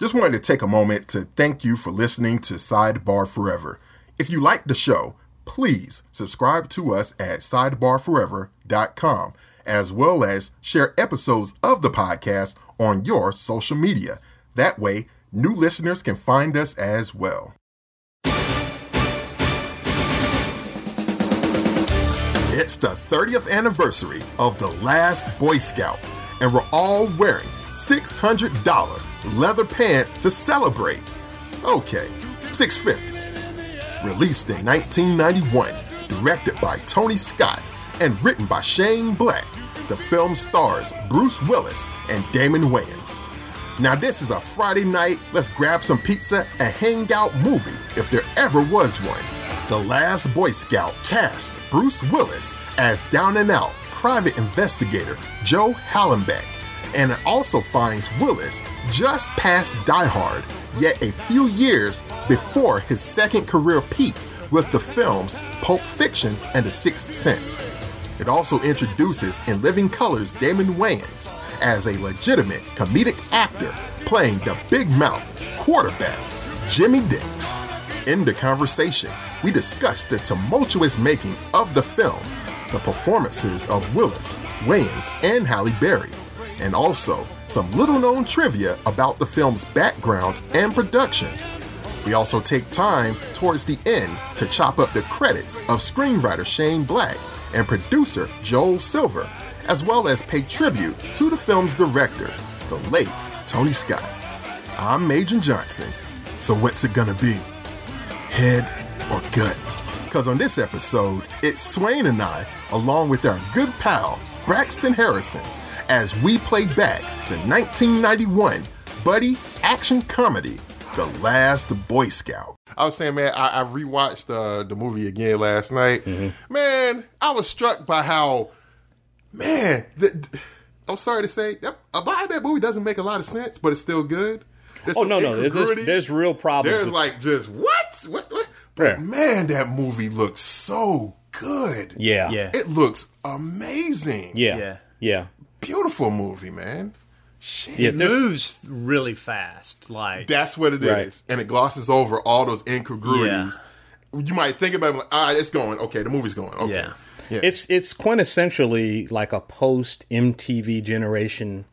Just wanted to take a moment to thank you for listening to Sidebar Forever. If you like the show, please subscribe to us at sidebarforever.com, as well as share episodes of the podcast on your social media. That way, new listeners can find us as well. It's the 30th anniversary of the last Boy Scout, and we're all wearing $600 leather pants to celebrate. Okay, 650 released in 1991, directed by Tony Scott and written by Shane Black. The film stars Bruce Willis and Damon Wayans. Now, this is a Friday night, let's grab some pizza and hang out movie if there ever was one. The Last Boy Scout cast Bruce Willis as down and out private investigator Joe Hallenbeck and it also finds Willis just past Die Hard, yet a few years before his second career peak with the films Pulp Fiction and The Sixth Sense. It also introduces in living colors Damon Wayans as a legitimate comedic actor playing the big mouth quarterback Jimmy Dix. In the conversation, we discuss the tumultuous making of the film, the performances of Willis, Wayans, and Halle Berry, and also some little known trivia about the film's background and production. We also take time towards the end to chop up the credits of screenwriter Shane Black and producer Joel Silver, as well as pay tribute to the film's director, the late Tony Scott. I'm Major Johnson, so what's it gonna be? Head or gut? Because on this episode, it's Swain and I, along with our good pal, Braxton Harrison, as we play back the 1991 buddy action comedy, The Last Boy Scout. I was saying, man, I, I rewatched uh, the movie again last night. Mm-hmm. Man, I was struck by how, man, the, I'm sorry to say, that, a lot of that movie doesn't make a lot of sense, but it's still good. There's Oh some no, no, there's, there's, incongruities. there's real problems. There's with- like just what? What? what? But Yeah. man, that movie looks so good. yeah, Yeah. It looks amazing. yeah, yeah, Yeah. Beautiful movie, man. Shit. Yeah, It there's- moves really fast. Like That's what it is. Right. And it glosses over all those incongruities. You might think about it like, all right, it's going. Okay, the movie's going. Okay. Yeah. It's it's quintessentially like a post MTV generation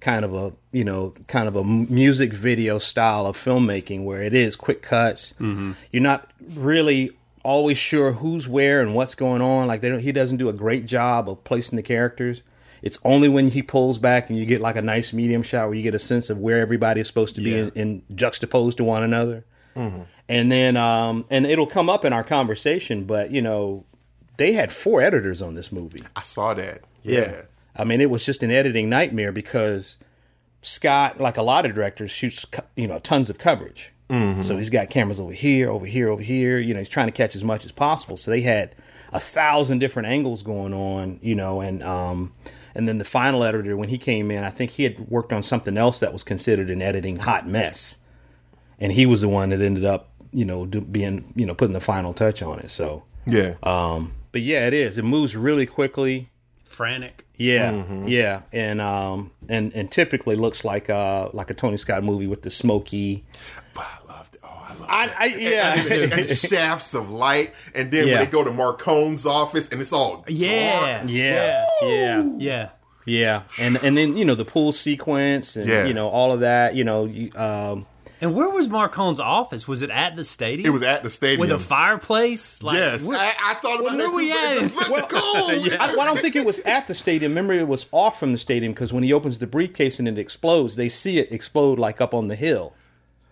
kind of a you know kind of a m- music video style of filmmaking where it is quick cuts. Mm-hmm. You're not really always sure who's where and what's going on. Like they don't, he doesn't do a great job of placing the characters. It's only when he pulls back and you get like a nice medium shot where you get a sense of where everybody is supposed to be and, and juxtaposed to one another. And then um and it'll come up in our conversation, but you know, they had four editors on this movie. I saw that. Yeah. I mean, it was just an editing nightmare because Scott, like a lot of directors, shoots co- you know tons of coverage. So he's got cameras over here, over here, over here. You know, he's trying to catch as much as possible. So they had a thousand different angles going on. You know, and um, and then the final editor, when he came in, I think he had worked on something else that was considered an editing hot mess, and he was the one that ended up you know do, being you know putting the final touch on it. So, Yeah. um, but yeah, it is. It moves really quickly. frantic. Yeah, yeah, and um, and and typically looks like uh like a Tony Scott movie with the smoky. but I loved it. Oh, I loved I, it. I yeah. and shafts of light, and then Yeah. when they go to Marcone's office, and it's all Yeah. dark. Yeah, yeah, Yeah. yeah, and and then you know the pool sequence, and Yeah. you know all of that. You know, you, um, And where was Marcone's office? Was it at the stadium? It was at the stadium. with a fireplace. Like, yes, where- I, I thought about where that. we too, but it at? just looked cool. I, well, I don't think it was at the stadium. Remember, it was off from the stadium because when he opens the briefcase and it explodes, they see it explode like up on the hill.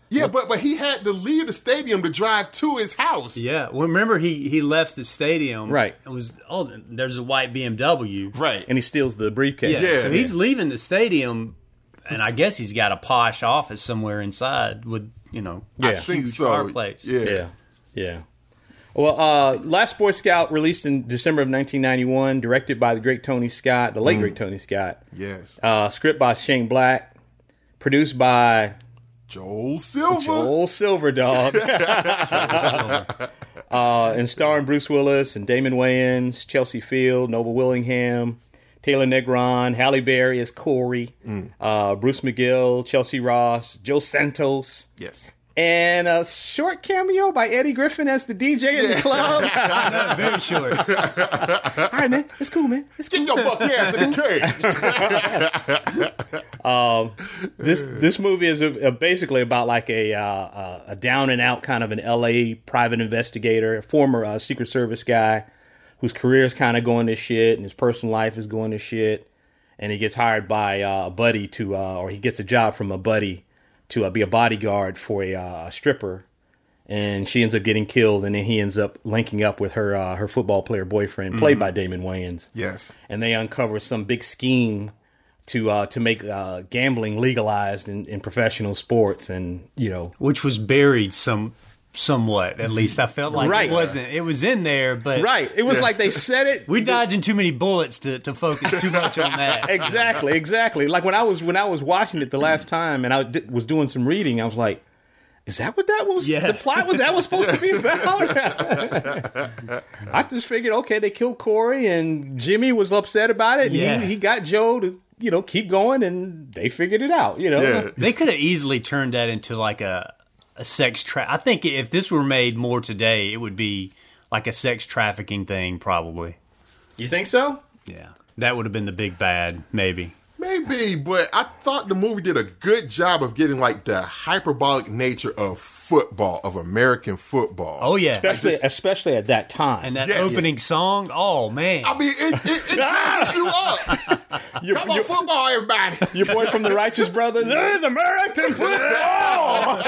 Yeah, but but he had to leave the stadium to drive to his house. Yeah. Well, remember he he left the stadium. Right. It was oh there's a white BMW. Right. And he steals the briefcase. Yeah. Yeah. So he's leaving the stadium, and I guess he's got a posh office somewhere inside with you know I Yeah. think huge so. fireplace. Yeah. Yeah. Yeah. Well, uh, Last Boy Scout released in December of 1991, directed by the great Tony Scott, the late great Tony Scott. Yes. Uh, script by Shane Black, produced by Joel Silver. Joel Silver Dog. uh, and starring Bruce Willis and Damon Wayans, Chelsea Field, Noble Willingham, Taylor Negron, Halle Berry as Corey, uh, Bruce McGill, Chelsea Ross, Joe Santos, Yes. and a short cameo by Eddie Griffin as the DJ in the club. Very short. All right, man, it's cool, man. It's Get your buck ass in the cage. this this movie is a, a basically about like a uh, uh, a down and out kind of an L.A. private investigator, a former uh, Secret Service guy, whose career is kind of going to shit and his personal life is going to shit, and he gets hired by uh, a buddy to, uh, or he gets a job from a buddy to uh, be a bodyguard for a uh, stripper, and she ends up getting killed, and then he ends up linking up with her uh, her football player boyfriend, played by Damon Wayans Yes. and they uncover some big scheme to uh, to make uh, gambling legalized in, in professional sports, and you know, Which was buried some somewhat, at least. I felt like Right. it wasn't. It was in there, but right? It was like they said it we dodging too many bullets to, to focus too much on that. exactly, exactly. Like when I was when I was watching it the last time, and I di- was doing some reading, I was like, "Is that what that was? Yeah. The plot was that was supposed to be about?" I just figured, okay, they killed Corey, and Jimmy was upset about it, and Yeah. he, he got Joe to you know keep going, and they figured it out, you know. Yeah. They could have easily turned that into like a a sex tra I think if this were made more today, it would be like a sex trafficking thing, probably. You think so? Yeah, that would have been the big bad, maybe. Maybe, but I thought the movie did a good job of getting like the hyperbolic nature of football, of American football. Oh yeah, especially especially at that time. and that Yes. opening song. Oh man, I mean, it, it, it drives you up. your, Come on, your- football, everybody. your boy from the Righteous Brothers is American football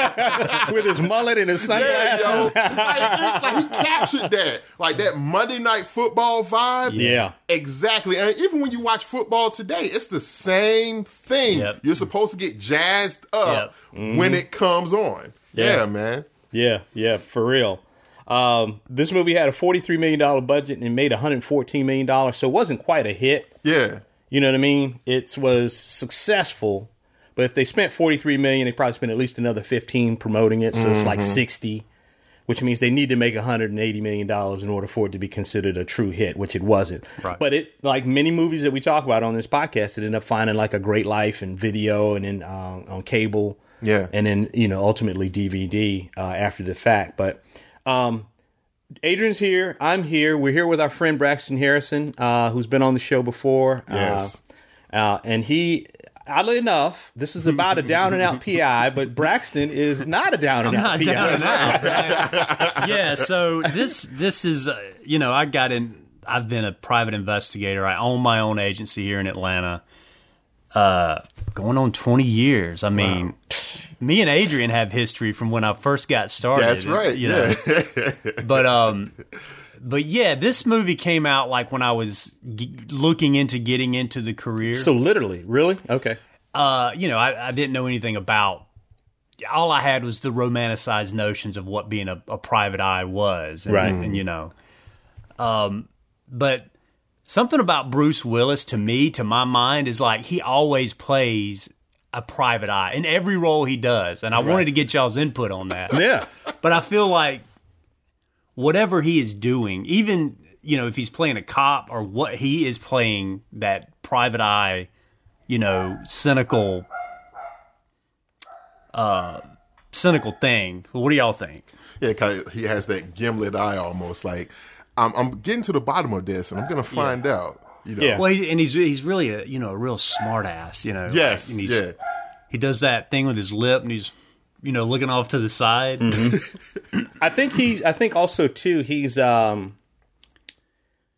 with his mullet and his Yeah, sunglasses. yo. Like, it- like, he captured that, like that Monday night football vibe. Yeah. exactly. And even when you watch football today, it's the same thing. Yep. You're supposed to get jazzed up when it comes on. Yeah. yeah man. Yeah, yeah, for real. Um, this movie had a forty-three million dollar budget and made one hundred fourteen million dollars, so it wasn't quite a hit. Yeah. You know what I mean? It was successful, but if they spent forty-three million, they probably spent at least another fifteen promoting it, so it's Mm-hmm. like sixty, which means they need to make one hundred and eighty million dollars in order for it to be considered a true hit, which it wasn't. Right. But it, like many movies that we talk about on this podcast, it ended up finding like a great life and video and then um, on cable, Yeah. and then you know ultimately DVD uh, after the fact, but. Um, Adrian's here. I'm here. We're here with our friend Braxton Harrison, uh, who's been on the show before. Yes. Uh, uh, and he, oddly enough, this is about a down and out PI, but Braxton is not a down and out not PI. down and out. right? yeah, so this this is uh, you know I got in. I've been a private investigator. I own my own agency here in Atlanta. Uh, going on twenty years. I mean, me and Adrian have history from when I first got started. That's right. you know. yeah. but um, but yeah, this movie came out like when I was g- looking into getting into the career So literally, really? Okay. uh, you know, I, I didn't know anything about. All I had was the romanticized notions of what being a, a private eye was, and, Right. And you know, um, but something about Bruce Willis to me, to my mind, is like he always plays a private eye in every role he does, and I wanted to get y'all's input on that. Yeah. But I feel like whatever he is doing, even you know, if he's playing a cop or what he is playing, that private eye, you know, cynical, uh, cynical thing. What do y'all think? Yeah, cause he has that gimlet eye almost. Like I'm, I'm getting to the bottom of this, and I'm gonna find out. You know. Yeah. Well, he, and he's he's really a you know a real smart ass. You know. Yes. And he's- yeah. He does that thing with his lip, and he's you know looking off to the side. Mm-hmm. I think he. I think also too. He's um.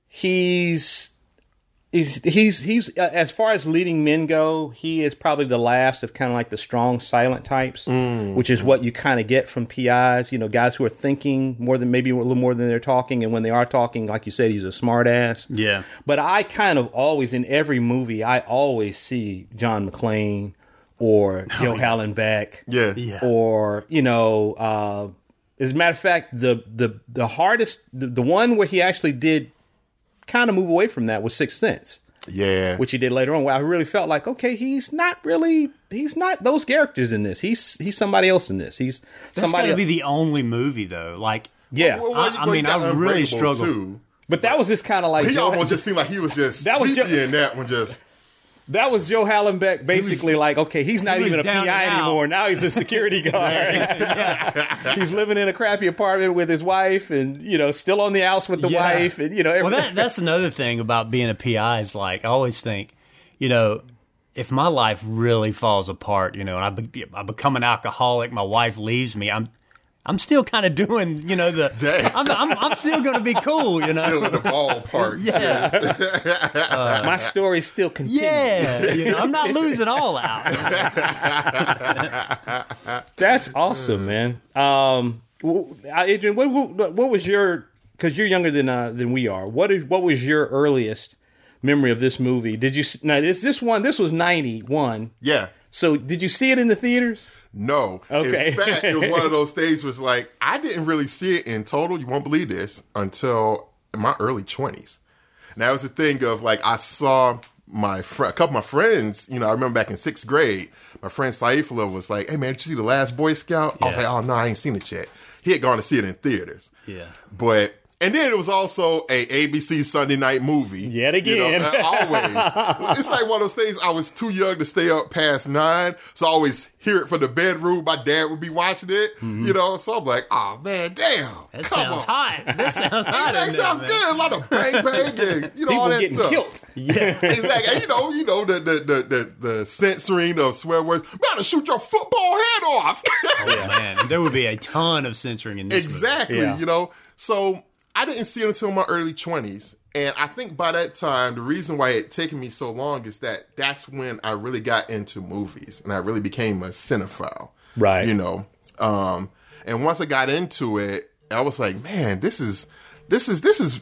He's. He's he's he's uh, as far as leading men go, he is probably the last of kind of like the strong silent types, which is what you kind of get from PIs. You know, guys who are thinking more than maybe a little more than they're talking, and when they are talking, like you said, he's a smart ass. Yeah. But I kind of always in every movie, I always see John McClane or Joe Hallenbeck Oh, Yeah. or you know uh, as a matter of fact the the the hardest the, the one where he actually did kind of move away from that was sixth sense Yeah. which he did later on where i really felt like okay he's not really he's not those characters in this he's he's somebody else in this he's That's got somebody to be the only movie though. Like yeah Well, I- I you mean, got I really Unbreakable, struggle. Too. But that was just kind of like He Joe- almost just seemed like he was just That that was was ju- in that one. Just that was Joe Hallenbeck basically like okay he's not he was even a down PI and out. anymore now he's a security guard he's living in a crappy apartment with his wife and you know still on the outs with the Yeah. wife and you know Well, everything. that, that's another thing about being a PI is like I always think, you know, if my life really falls apart, you know, and I, be, I become an alcoholic, my wife leaves me, I'm I'm still kind of doing, you know, the Dang. I'm, I'm I'm still going to be cool, you know. still in the ball part. Yeah, my story still continues yeah. You know, I'm not losing all out. That's awesome, man. Um, w- Adrian, what, what what was your? Because you're younger than uh, than we are. What is what was your earliest memory of this movie? Did you s- now this this one? This was ninety one. Yeah. So did you see it in the theaters? No. Okay. In fact, it was one of those things was like I didn't really see it in total. You won't believe this until my early twenties. And that was the thing of like I saw my friend, a couple of my friends. You know, I remember back in sixth grade, my friend Saifullah was like, "Hey man, did you see the Last Boy Scout?" I was like, Yeah. "Oh no, I ain't seen it yet." He had gone to see it in theaters. Yeah. But and then it was also a ABC Sunday night movie. Yet You know, again. uh, always. it's like one of those things. I was too young to stay up past nine, so I always hear it from the bedroom. My dad would be watching it, you know. So I'm like, oh man, damn. That sounds on. hot. That That, sounds hot. in there, sounds man. good. A lot of bang bang, and you know all People that getting stuff. killed. Exactly. And you know, you know the the the the, the censoring of swear words. Man, to shoot your football head off. Oh, man, there would be a ton of censoring in this. movie. Exactly. Yeah. You know, so I didn't see it until my early 20s. And I think by that time, the reason why it taken me so long is that that's when I really got into movies and I really became a cinephile. Right. You know, um, and once I got into it, I was like, man, this is, this is, this is,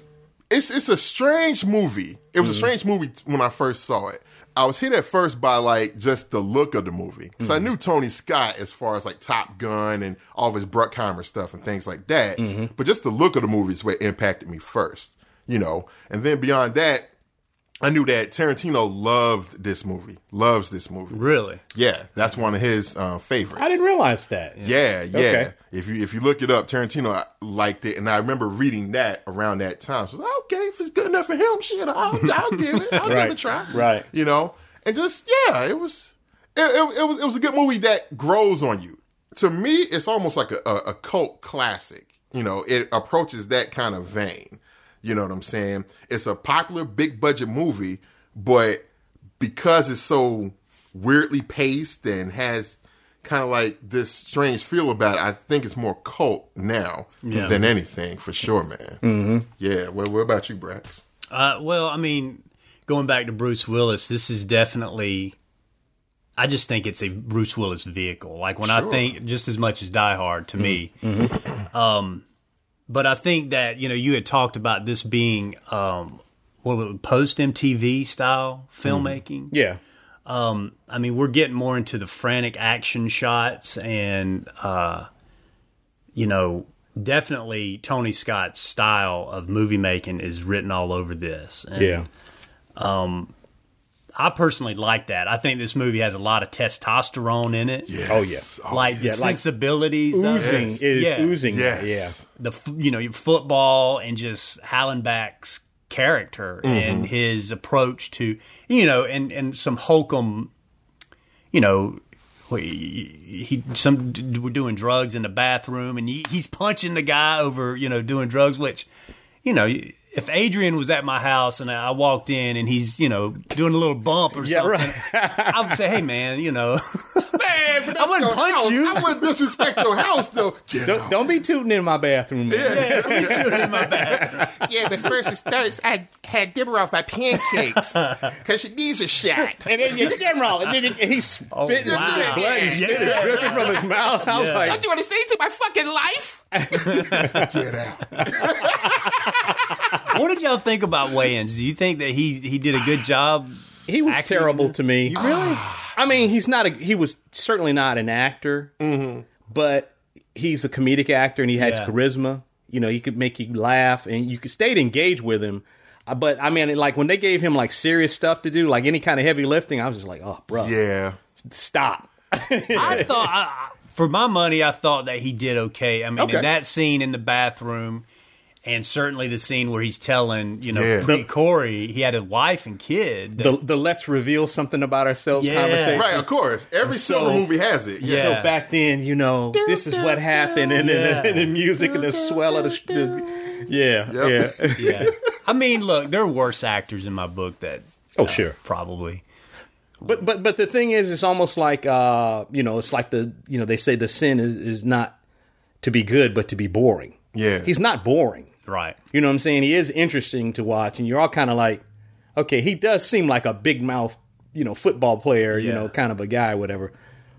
it's, it's a strange movie. It Mm. was a strange movie t- when I first saw it. I was hit at first by like just the look of the movie. Because Mm. I knew Tony Scott as far as like Top Gun and all of his Bruckheimer stuff and things like that. Mm-hmm. But just the look of the movie is what impacted me first, you know. And then beyond that, I knew that Tarantino loved this movie, loves this movie. Really. Yeah, that's one of his uh, favorites. I didn't realize that. Yeah, yeah. Okay. If you if you look it up, Tarantino liked it, and I remember reading that around that time. So I was like, okay, if it's good enough for him, shit, I'll, I'll give it. I'll give it Right, a try. right. You know, and just yeah, it was it, it, it was it was a good movie that grows on you. To me, it's almost like a, a, a cult classic. You know, it approaches that kind of vein. You know what I'm saying? It's a popular big budget movie, but because it's so weirdly paced and has kind of like this strange feel about it, I think it's more cult now Yeah. than anything for sure, man. Mm-hmm. Yeah. Well, what about you, Brax? Uh, well, I mean, going back to Bruce Willis, this is definitely. I just think it's a Bruce Willis vehicle. Like when I think, just as much as Die Hard to me. Um, but I think that you know you had talked about this being um, what post MTV style filmmaking. Yeah. I mean, we're getting more into the frantic action shots and, uh, you know, definitely Tony Scott's style of movie making is written all over this. And Yeah. I personally like that. I think this movie has a lot of testosterone in it. Yes. Oh, yeah. Like the Yeah, like sensibilities, of Oozing it. is yeah. oozing. Yes. Yeah. The f- you know your football and just Hallenbach's character and Mm-hmm. his approach to you know and and some Holcomb, you know. He, he some d- were doing drugs in the bathroom, and he, he's punching the guy over, you know, doing drugs. Which, you know, if Adrian was at my house and I walked in and he's, you know, doing a little bump or Yeah, something, right. I would say, "Hey, man, you know, Man, but I that's wouldn't your punch house. you. I wouldn't disrespect your house though. Get Don't, out. don't be tooting in my bathroom, man. Yeah, but first it starts. I had dinner off my pancakes because she needs a shot. And then your general, and then he- he spit Oh, wow. blood and spit is Yeah. dripping from his mouth. I was Yeah. like, you want to stay to my fucking life? Get out. What did y'all think about weigh-ins? Do you think that he he did a good job? He was Acting terrible to me. Really? I mean, he's not a. He was certainly not an actor, but he's a comedic actor and he has Yeah. charisma. You know, he could make you laugh and you could stay engaged with him. Uh, But I mean, like when they gave him like serious stuff to do, like any kind of heavy lifting, I was just like, oh, bro, Yeah. stop. I thought, I, I- for my money, I thought that he did okay. I mean, Okay. in that scene in the bathroom, and certainly the scene where he's telling you know Yeah. pre Corey he had a wife and kid. The, the let's reveal something about ourselves Yeah. conversation. Right, of course. Every So- silver movie has it. Yeah. Yeah. So back then, you know, this is what happened, and, then Yeah. and the music and the swell of the, the yeah, Yep. yeah. yeah, I mean, look, there are worse actors in my book that Oh, sure. probably. But but but the thing is, it's almost like uh, you know, it's like the you know they say the sin is, is not to be good, but to be boring. Yeah. he's not boring. Right. You know what I'm saying? He is interesting to watch, and you're all kind of like, okay, he does seem like a big mouth, you know, football player, you Yeah. know, kind of a guy, whatever.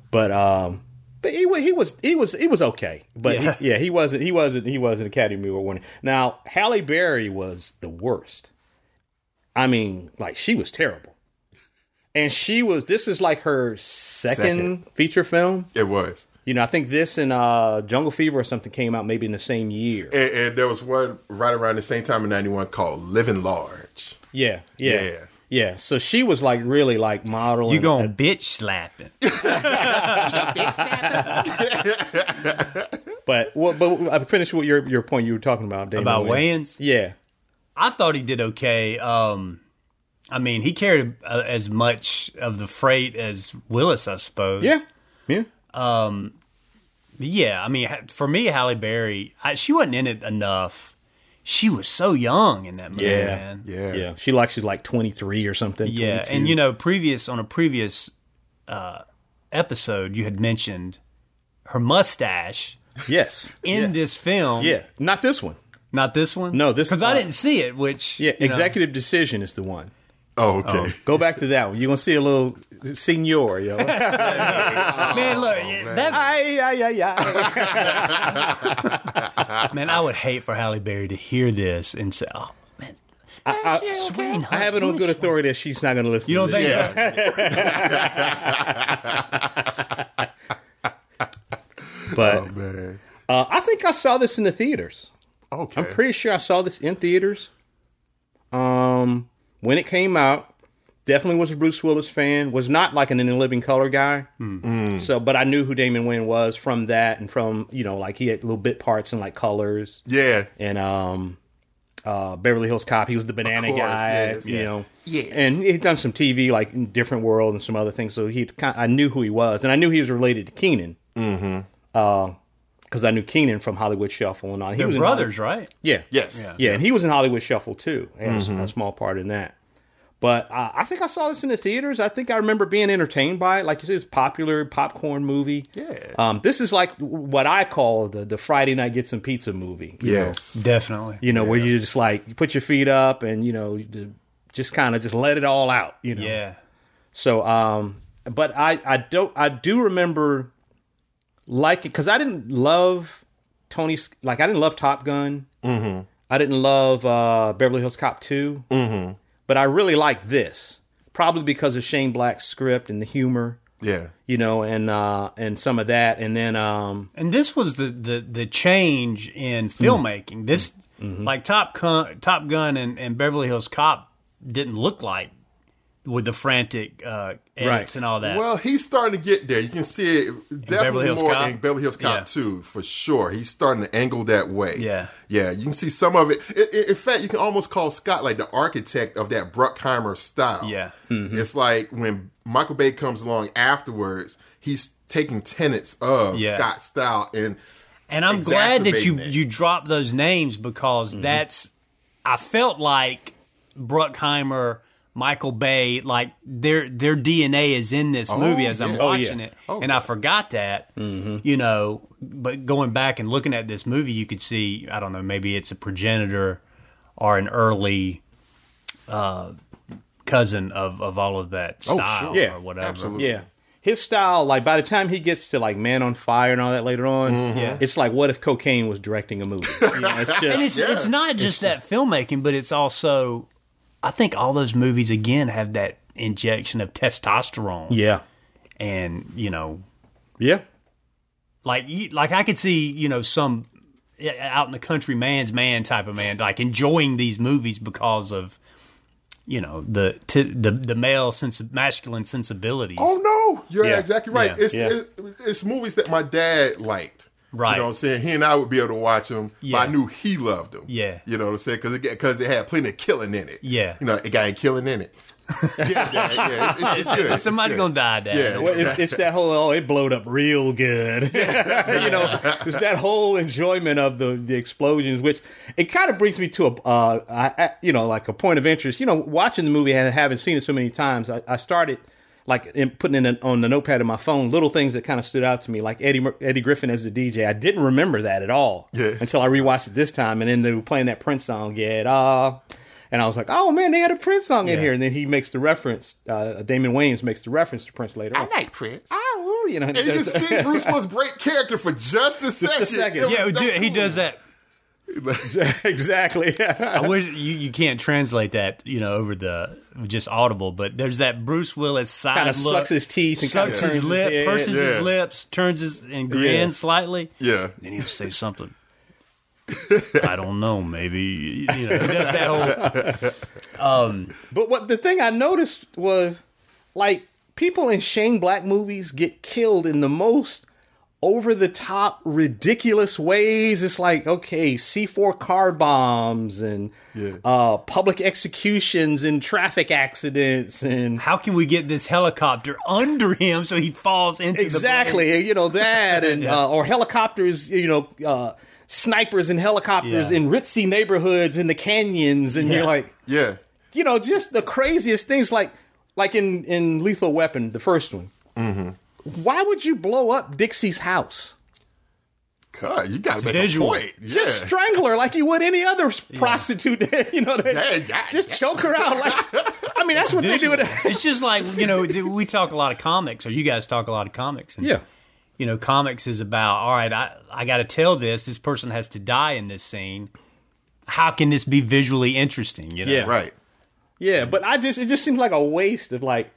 But um, but he, wa- he was he was he was okay. But yeah, Yeah. he, yeah, he wasn't he wasn't he wasn't Academy Award winning. Now Halle Berry was the worst. I mean, like she was terrible, and she was. This is like her second. feature film. It was. You know, I think this and uh, Jungle Fever or something came out maybe in the same year. And, and there was one right around the same time in 91 called Living Large. Yeah, yeah, Yeah. yeah. So she was like really like model. You and- going and- bitch slapping? But well, but I finished with your your point you were talking about Damon About Wayans. Wayans? Yeah, I thought he did okay. Um, I mean, he carried uh, as much of the freight as Willis, I suppose. yeah, yeah. yeah. I mean, ha- for me, Halle Berry, I, she wasn't in it enough. She was so young in that movie, Yeah. man. Yeah. Yeah, she like she's like twenty three or something. yeah. 22. And you know, previous on a previous uh, episode, you had mentioned her mustache yes, in this film. yeah, not this one. not this one. No, this- because uh, I didn't see it. Which Yeah, you know, executive decision is the one. Oh, okay. Go back to that one. You're gonna see a little senor, yo. ay, man, look that ay, ay, ay. Man, I would hate for Halle Berry to hear this and say, "Oh man, Swain, I have it on good authority that she's not gonna listen. You to don't this. think so? But Um, Man. uh, I think I saw this in the theaters. Okay. I'm pretty sure I saw this in theaters. Um, when it came out, definitely was a Bruce Willis fan. Was not like an In the Living Color guy. Hmm. So, but I knew who Damon Wayne was from that, and from you know, like he had little bit parts in like Colors Yeah. and um, uh, Beverly Hills Cop. He was the banana course, guy, yes. you know. Yes. And he'd done some TV, like in Different World and some other things. So he, kind I knew who he was, and I knew he was related to Keenan. Mm-hmm. because I knew Keenan from Hollywood Shuffle and all. He They're was in Hollywood- brothers, right? yeah. Yes. Yeah, and he was in Hollywood Shuffle too, and a s- a small part in that. But uh, I think I saw this in the theaters. I think I remember being entertained by it. Like you said, it's a popular popcorn movie. Yeah. Um, this is like what I call the the Friday night get some pizza movie. you know? Yes. Definitely. You know, where you just like you put your feet up and you know you d- just kind of just let it all out. You know. Yeah, So, um, but I, I don't, I do remember liking because I didn't love Tony, Sc- like I didn't love Top Gun. Mm-hmm. I didn't love uh, Beverly Hills Cop 2 Mm-hmm. But I really liked this, probably because of Shane Black's script and the humor, Yeah. you know, and uh, and some of that, and then um, and this was the the, the change in filmmaking. This like Top Gun, Top Gun, and, and Beverly Hills Cop didn't look like with the frantic uh, edits Right. and all that. Well, he's starting to get there. You can see it Beverly definitely Hills more Cop? in Beverly Hills Cop Yeah. 2 for sure. He's starting to angle that way. Yeah. Yeah. You can see some of it. I- I- In fact, you can almost call Scott like the architect of that Bruckheimer style. Yeah. It's like when Michael Bay comes along afterwards, he's taking tenets of Yeah. Scott's style and And I'm glad that you exacerbating it. you dropped those names because Mm-hmm. that's I felt like Bruckheimer, Michael Bay, like their their DNA is in this movie as I'm yeah. Oh, yeah. Mm-hmm. watching it, and I forgot that. You know, but going back and looking at this movie, you could see I don't know maybe it's a progenitor or an early uh, cousin of of all of that sure. style Oh, Yeah, or whatever. absolutely. yeah. His style, like by the time he gets to like Man on Fire and all that later on, Yeah. it's like what if cocaine was directing a movie? You know, it's just, And it's it's not just that filmmaking, but it's also I think all those movies again have that injection of testosterone. yeah, And, you know, yeah. like you- like I could see, you know, some uh, out in the country man's man type of man like enjoying these movies because of you know the t- the the male sense masculine sensibilities. Oh no, you're Yeah. exactly right. Yeah. It's, Yeah. It's, it's movies that my dad liked. Right. You know what I'm saying? He and I would be able to watch them, Yeah. but I knew he loved them. Yeah. You know what I'm saying? Because it, 'cause it had plenty of killing in it. Yeah. You know, it got killing in it. yeah, yeah, yeah. It's, it's, it's good. Somebody it's gonna good. die, Dad. Yeah. Well, it's, it's that whole oh it blowed up real good you know it's that whole enjoyment of the, the explosions which it kind of brings me to a uh, I, I- you know like a point of interest you know watching the movie and having seen it so many times i, I started like in, putting in an, on the notepad of my phone little things that kind of stood out to me like eddie Mur- eddie griffin as the dj i didn't remember that at all Yeah. until i rewatched it this time and then they were playing that prince song get up and I was like, "Oh man, they had a Prince song in Yeah. here." And then he makes the reference. Uh, Damon Wayans makes the reference to Prince later on. I like Prince. Oh, you know, And you see Bruce was break character for just a second. a second. It Yeah, was- dude, he does that. exactly. I wish you, you can't translate that, you know, over the just audible, but there's that Bruce Willis side Kind of look, sucks his teeth and kind of sucks turns his, his lip, head. purses Yeah. his lips, turns his and grins Yeah. slightly. Yeah. Then he'll say something. I don't know, maybe you know, he does that whole But what the thing I noticed was, like, people in Shane Black movies get killed in the most over the top, ridiculous ways. It's like, okay, C4 car bombs and Yeah. uh, public executions and traffic accidents and how can we get this helicopter under him so he falls into the exactly you know that and Yeah. uh, or helicopters you know uh, snipers and helicopters Yeah. in ritzy neighborhoods in the canyons and you're Yeah. like Yeah. you know just the craziest things like like in in lethal weapon the first one why would you blow up dixie's house God, you got to make visual. a point. Yeah. just strangle her like you would any other prostitute you know that, Yeah, yeah, just choke her out like i mean that's what they do Visual. with It's just like you know we talk a lot of comics, or you guys talk a lot of comics. And, you know, comics is about all right. I I got to tell this. This person has to die in this scene. How can this be visually interesting? You know, Yeah. right. Yeah, but I just it just seems like a waste of like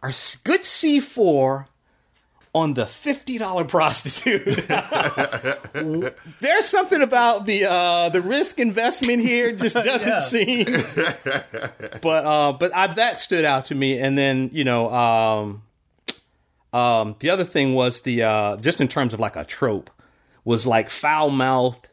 our s- good C four on the fifty dollar prostitute. There's something about the uh, the risk investment here just doesn't Yeah. seem. but uh, but I, that stood out to me, and then you know um, um, the other thing was the uh, just in terms of like a trope was like foul mouthed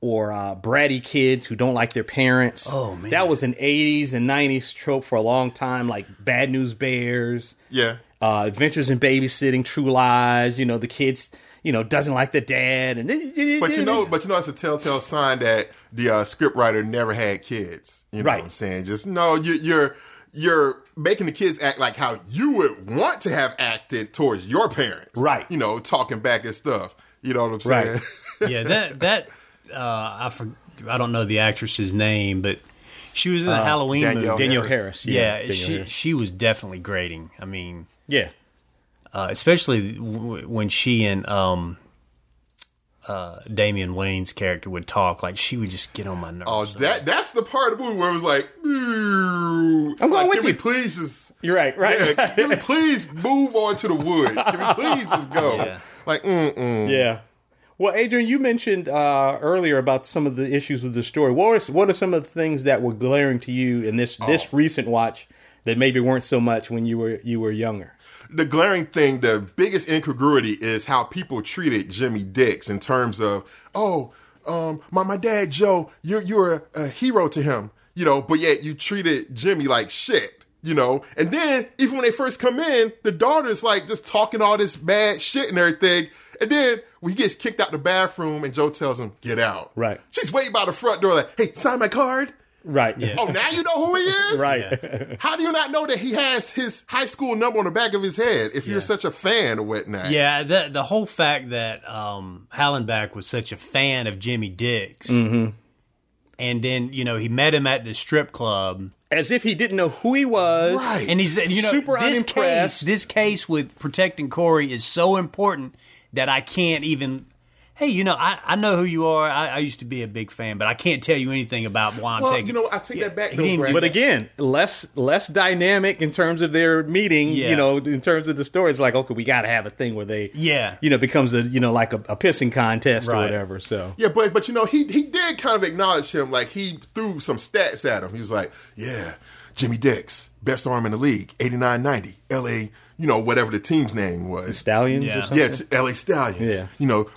or uh, bratty kids who don't like their parents. Oh, man. that was an '80s and '90s trope for a long time, like Bad News Bears Yeah. uh, Adventures in Babysitting, True Lies. You know, the kids, you know, doesn't like the dad, and But you know, but you know, it's a telltale sign that the uh, scriptwriter never had kids. You know Right. what I'm saying? Just no, you, you're you're making the kids act like how you would want to have acted towards your parents. Right. You know, talking back and stuff. You know what I'm Right. saying? yeah. That that uh, I for, I don't know the actress's name, but she was in a Halloween Danielle. movie. Daniel Harris. Yeah, Danielle she Harris. she was definitely grating. I mean, yeah, uh, especially w- when she and um, uh, Damian Wayne's character would talk, like she would just get on my nerves. Oh, that that's the part of the movie where it was like, I'm going with can We you. please just you're right, right, yeah, can we please move on to the woods? Can we please just go? Yeah. Like, mm, yeah. Well, Adrian, you mentioned uh, earlier about some of the issues with the story. What are, what are some of the things that were glaring to you in this this Oh. recent watch that maybe weren't so much when you were you were younger? the glaring thing, the biggest incongruity is how people treated Jimmy Dix in terms of, oh, um, my my dad Joe, you're you're a, a hero to him, you know, but yet you treated Jimmy like shit. You know, and then even when they first come in, the daughter's like just talking all this bad shit and everything. And then when he gets kicked out the bathroom, and Joe tells him, "Get out." Right. She's waiting by the front door, like, "Hey, sign my card." Right. Oh, now you know who he is. Right. How do you not know that he has his high school number on the back of his head if you're such a fan or whatnot? Yeah, the the whole fact that um, Hallenbach was such a fan of Jimmy Dix, and then you know he met him at the strip club, As if he didn't know who he was. Right. and he's you know Super this case, unimpressed. this case with protecting Corey is so important that I can't even. Hey, you know, I, I know who you are. I, I used to be a big fan, but I can't tell you anything about why I'm well, taking. you know, I take that back he though, didn't Brad. do But again, less less dynamic in terms of their meeting. Yeah. You know, in terms of the story, it's like okay, we got to have a thing where they, Yeah. you know, becomes a you know like a, a pissing contest or Right. whatever. So Yeah, but but you know, he he did kind of acknowledge him. Like he threw some stats at him. He was like, "Yeah, Jimmy Dix, best arm in the league, 89-90, L.A. You know, whatever the team's name was, stallions Yeah. or something. yeah, it's L.A. Stallions. Yeah. You know,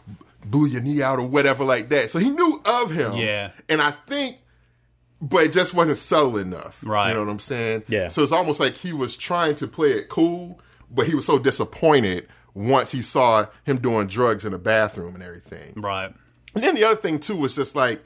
blew your knee out or whatever like that. So he knew of him. Yeah. And I think, but it just wasn't subtle enough. Right. You know what I'm saying? Yeah. So it's almost like he was trying to play it cool, but he was so disappointed once he saw him doing drugs in a bathroom and everything. Right. And then the other thing too was just like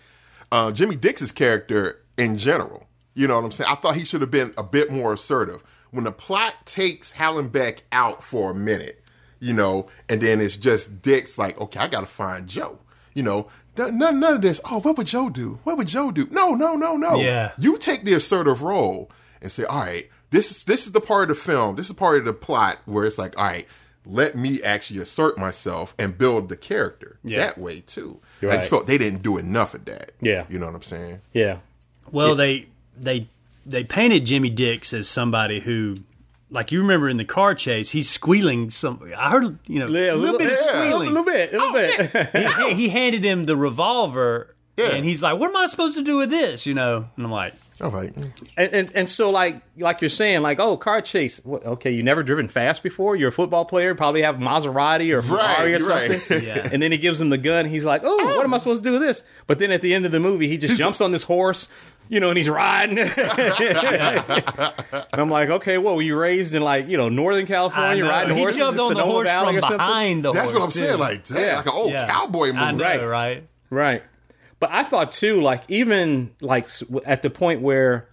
uh, Jimmy Dix's character in general. You know what I'm saying? I thought he should have been a bit more assertive. When the plot takes Hallenbeck out for a minute, you know, and then it's just Dix like, okay, I gotta find Joe. You know, none, none none of this. Oh, what would Joe do? What would Joe do? No, no, no, no. Yeah. You take the assertive role and say, all right, this is this is the part of the film, this is part of the plot where it's like, all right, let me actually assert myself and build the character Yeah. that way too. I Right. just felt they didn't do enough of that. Yeah. You know what I'm saying? Yeah. Well, they they they painted Jimmy Dix as somebody who, like you remember in the car chase, he's squealing. Some I heard you know a little bit of yeah. A squealing. Oh, little bit. A Oh, little bit. he, he- he handed him the revolver, Yeah. and he's like, "What am I supposed to do with this?" You know, and I'm like, I'm like, mm. and, and and so like like you're saying like oh car chase what, okay you never driven fast before you're a football player probably have Maserati or Ferrari or Right, right. something Yeah. and then he gives him the gun he's like oh, what am I supposed to do with this but then at the end of the movie he just jumps on this horse you know and he's riding and I'm like okay well were you raised in like you know Northern I California know. riding he horses jumped in on the Sonoma horse Valley from or something behind the that's horse. what I'm saying. too. Like, damn, like an old Yeah. cowboy I movie. know, Right. right? Right. But I thought too, like even like s- at the point where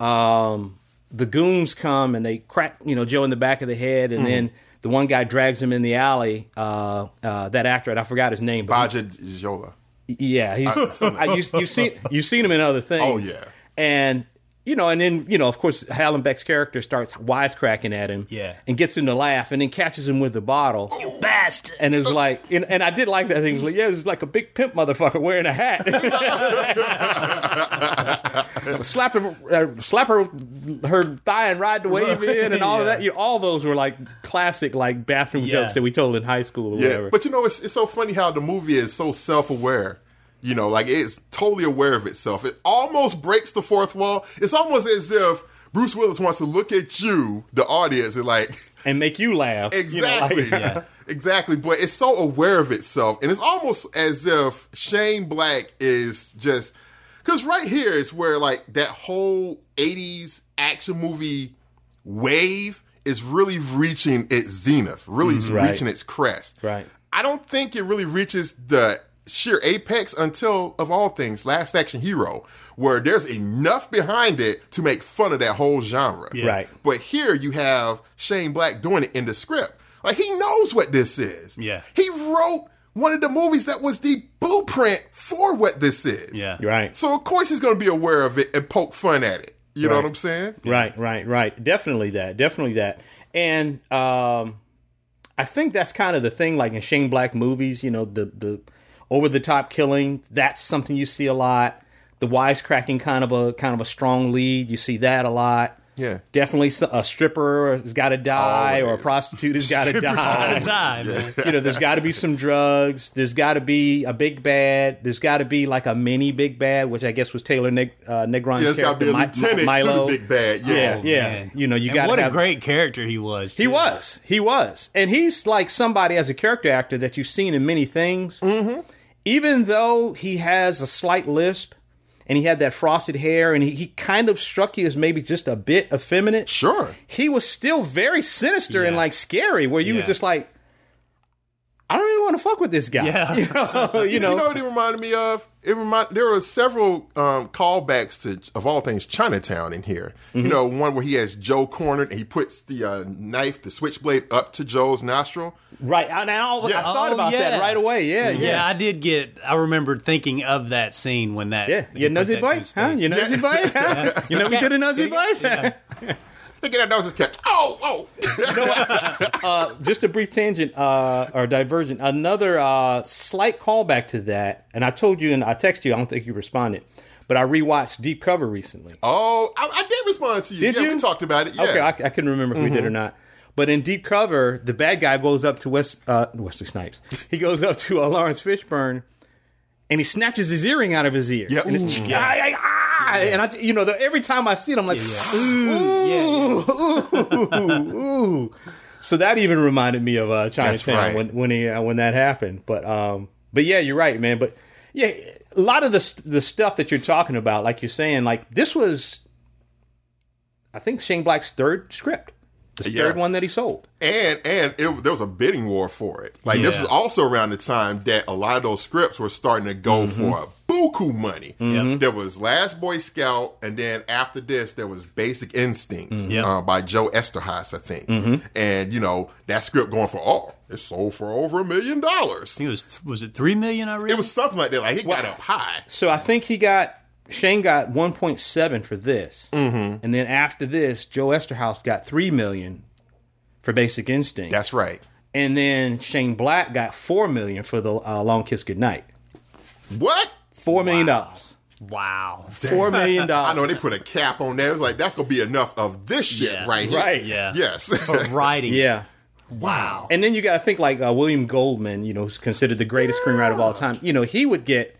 um the goons come and they crack, you know, Joe in the back of the head, and then the one guy drags him in the alley. Uh, uh, that actor, and I forgot his name, but Baja Jola. yeah, he's I, you you seen you seen him in other things. Oh, yeah. and you know, and then you know, of course, Hallenbeck's character starts wisecracking at him, Yeah. and gets him to laugh, and then catches him with the bottle, Bastard. and it Oh. was like, and, and I did like that thing. It was like, yeah, it was like a big pimp motherfucker wearing a hat. slap her, uh, slap her, her thigh and ride the wave in, and all of Yeah. that. You know, all those were like classic, like bathroom Yeah. jokes that we told in high school or Yeah. whatever. But you know, it's, it's so funny how the movie is so self aware. You know, like it's totally aware of itself. It almost breaks the fourth wall. It's almost as if Bruce Willis wants to look at you, the audience, and like, and make you laugh. you know, like- Exactly. Exactly. But it's so aware of itself. And it's almost as if Shane Black is just. Because right here is where, like, that whole 80s action movie wave is really reaching its zenith, really Mm-hmm. Right. reaching its crest. Right. I don't think it really reaches the sheer apex until, of all things, Last Action Hero, where there's enough behind it to make fun of that whole genre. Right. But here you have Shane Black doing it in the script. Like he knows what this is. Yeah. He wrote one of the movies that was the blueprint for what this is. Yeah. You're right. So of course he's gonna be aware of it and poke fun at it. You know Right. what I'm saying? Right, right, right. Definitely that. Definitely that. And um, I think that's kind of the thing. Like in Shane Black movies, you know, the the over the top killing. That's something you see a lot. The wisecracking kind of a kind of a strong lead. You see that a lot. Yeah. Definitely, so- a stripper has got to die, or a Always. prostitute has got to Trippers out die. of time. man. You know, there's got to be some drugs. There's got to be a big bad. There's got to be like a mini big bad, which I guess was Taylor Neg- uh, Negron's Yeah, it's gotta character, be a Mi- Mi- lieutenant Milo. to the big bad. Yeah, Yeah. yeah. Man. You know, you And got what have, a great character he was. He too. was. He was. And he's like somebody as a character actor that you've seen in many things. Mm-hmm. Even though he has a slight lisp and he had that frosted hair and he, he kind of struck you as maybe just a bit effeminate, Sure. he was still very sinister and Yeah. like scary, where you Yeah. were just like, I don't even want to fuck with this guy. Yeah. You know, you know? You know what it reminded me of? It remind there were several um, callbacks to of all things Chinatown in here. Mm-hmm. You know, one where he has Joe cornered and he puts the uh, knife, the switchblade, up to Joe's nostril. right. And I, always- I Yeah. thought Oh, about yeah. that right away. Yeah, Yeah. I did get. I remembered thinking of that scene when that. Yeah, they you put know that it, to boy? his Huh? face. You know it, boy? Huh? You know we did a nosy boys? Look at that nose, cat. Oh, oh. just a brief tangent uh, or divergent. Another uh, slight callback to that, and I told you, and I texted you. I don't think you responded, but I rewatched Deep Cover recently. Oh, I, I did respond to you. Did yeah, you? we talked about it. Yeah. Mm-hmm. Okay, I, I couldn't remember if we did or not. But in Deep Cover, the bad guy goes up to West uh, Wesley Snipes. He goes up to uh, Lawrence Fishburne, and he snatches his earring out of his ear. Yeah. and it's Ooh. ah, ah, ah, and I, you know, the, every time I see it, I'm like, ooh, ooh, ooh. So that even reminded me of uh, Chinatown right. when when he, uh, when that happened. But um, But yeah, you're right, man. But yeah, a lot of the st- the stuff that you're talking about, like you're saying, like this was, I think Shane Black's third script, the Yeah. third one that he sold. and and it, there was a bidding war for it. Like this Yeah. was also around the time that a lot of those scripts were starting to go Mm-hmm. for buku money. There was Last Boy Scout, and then after this, there was Basic Instinct Mm-hmm. Yep. uh, by Joe Esterhaas, I think. And you know that script going for all. It sold for over a million dollars. think it was was it three million? I read. It was something like that. Like it got up high. So I think he got Shane got 1.7 for this, mm-hmm. and then after this, Joe Esterhaus got three million for Basic Instinct, That's right. and then Shane Black got four million for the uh, Long Kiss Goodnight. What? Four million dollars. wow. Four million dollars. I know they put a cap on there. It was like that's gonna be enough of this shit Yeah. right here. Right. Yeah. Oh, Yes. For writing. Yeah. Wow. And then you got to think like uh, William Goldman, you know, who's considered the greatest screenwriter of all time. You know, he would get.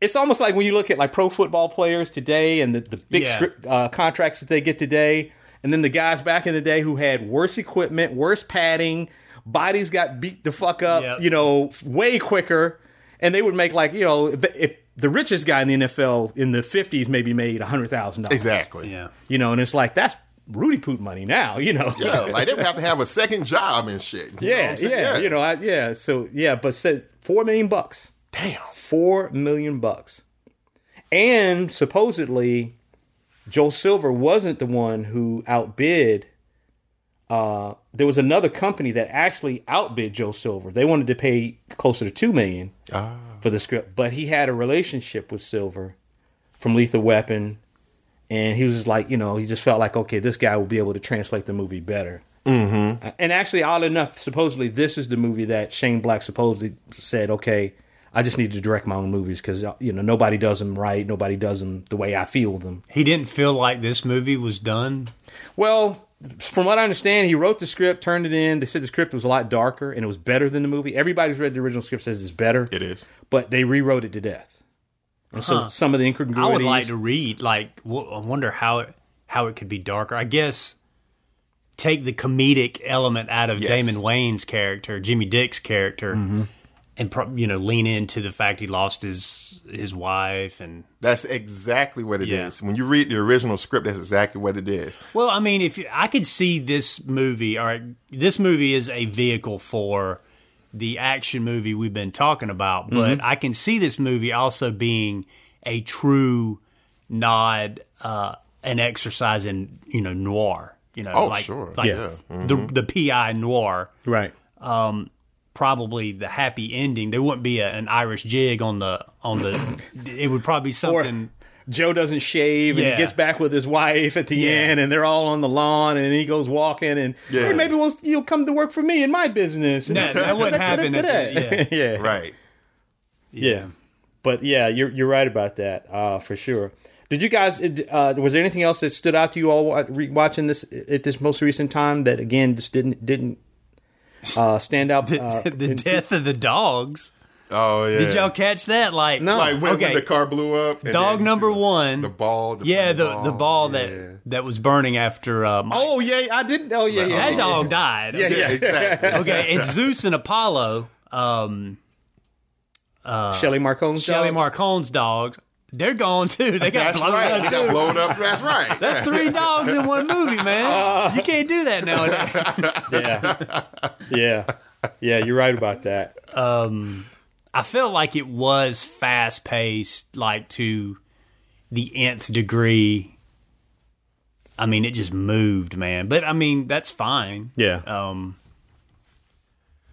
It's almost like when you look at like pro football players today and the, the big Yeah. script, uh, contracts that they get today, and then the guys back in the day who had worse equipment, worse padding, bodies got beat the fuck up, Yep. you know, way quicker, and they would make like you know if the, if the richest guy in the NFL in the fifties maybe made a hundred thousand dollars, exactly. Yeah. You know, and it's like that's Rudy Poot money now, you know. Yeah, like they would have to have a second job and shit. You know what Yeah, I'm saying? yeah, you know, I, yeah. So yeah, but said four million bucks, Damn. four million bucks, and supposedly Joel Silver wasn't the one who outbid. Uh, there was another company that actually outbid Joel Silver. They wanted to pay closer to two million Ah. for the script, but he had a relationship with Silver from Lethal Weapon, and he was just like, you know, he just felt like, okay, this guy will be able to translate the movie better. Uh, And actually, odd enough, supposedly this is the movie that Shane Black supposedly said, okay, I just need to direct my own movies because you know nobody does them right, nobody does them the way I feel them. He didn't feel like this movie was done. Well, from what I understand, he wrote the script, turned it in. They said the script was a lot darker and it was better than the movie. Everybody's read the original script says it's better. It is. but they rewrote it to death, and so some of the incongruities. I would like to read. Like, w- I wonder how it how it could be darker. I guess take the comedic element out of Yes. Damon Wayne's character, Jimmy Dick's character, and pro- you know lean into the fact he lost his his wife and. That's exactly what it is. Yeah. When you read the original script, that's exactly what it is. Well, I mean, if you, I could see this movie, all right, this movie is a vehicle for the action movie we've been talking about, but Mm-hmm. I can see this movie also being a true nod, uh, an exercise in you know noir, you know, Oh, like, sure. like Yeah. Mm-hmm. the the PI noir um, right. probably the happy ending. There wouldn't be a, an Irish jig on the on the. it would probably be Or something. Joe doesn't shave, and Yeah. he gets back with his wife at the end, and they're all on the lawn, and he goes walking, and Yeah. hey, maybe we'll, you'll come to work for me in my business. that, that wouldn't happen. at the- yeah. yeah, Right. yeah. But yeah, you're you're right about that uh, for sure. Did you guys? Uh, was there anything else that stood out to you all wa- re- watching this at this most recent time that again just didn't didn't uh, stand out? Uh, the death of the dogs. Oh yeah. Did y'all catch that? Like, No. like when, okay. when the car blew up? and Dog then you number see the- one. The ball. The yeah, the ball, the ball that Oh, yeah. that was burning after. Uh, Mike's. oh yeah, I didn't. Oh yeah, yeah, that yeah. dog died. Yeah, Yeah, exactly. Okay, and Zeus and Apollo, um, Shelley Marcone's Shelly dogs? Marcone's dogs, they're gone too. They got That's blown right. up They too. got blown up. Uh. That's right. That's three dogs in one movie, man. You can't do that nowadays. yeah, yeah, yeah. You're right about that. Um, I felt like it was fast paced, like to the nth degree. I mean, it just moved, man. But I mean, that's fine. Yeah. Um,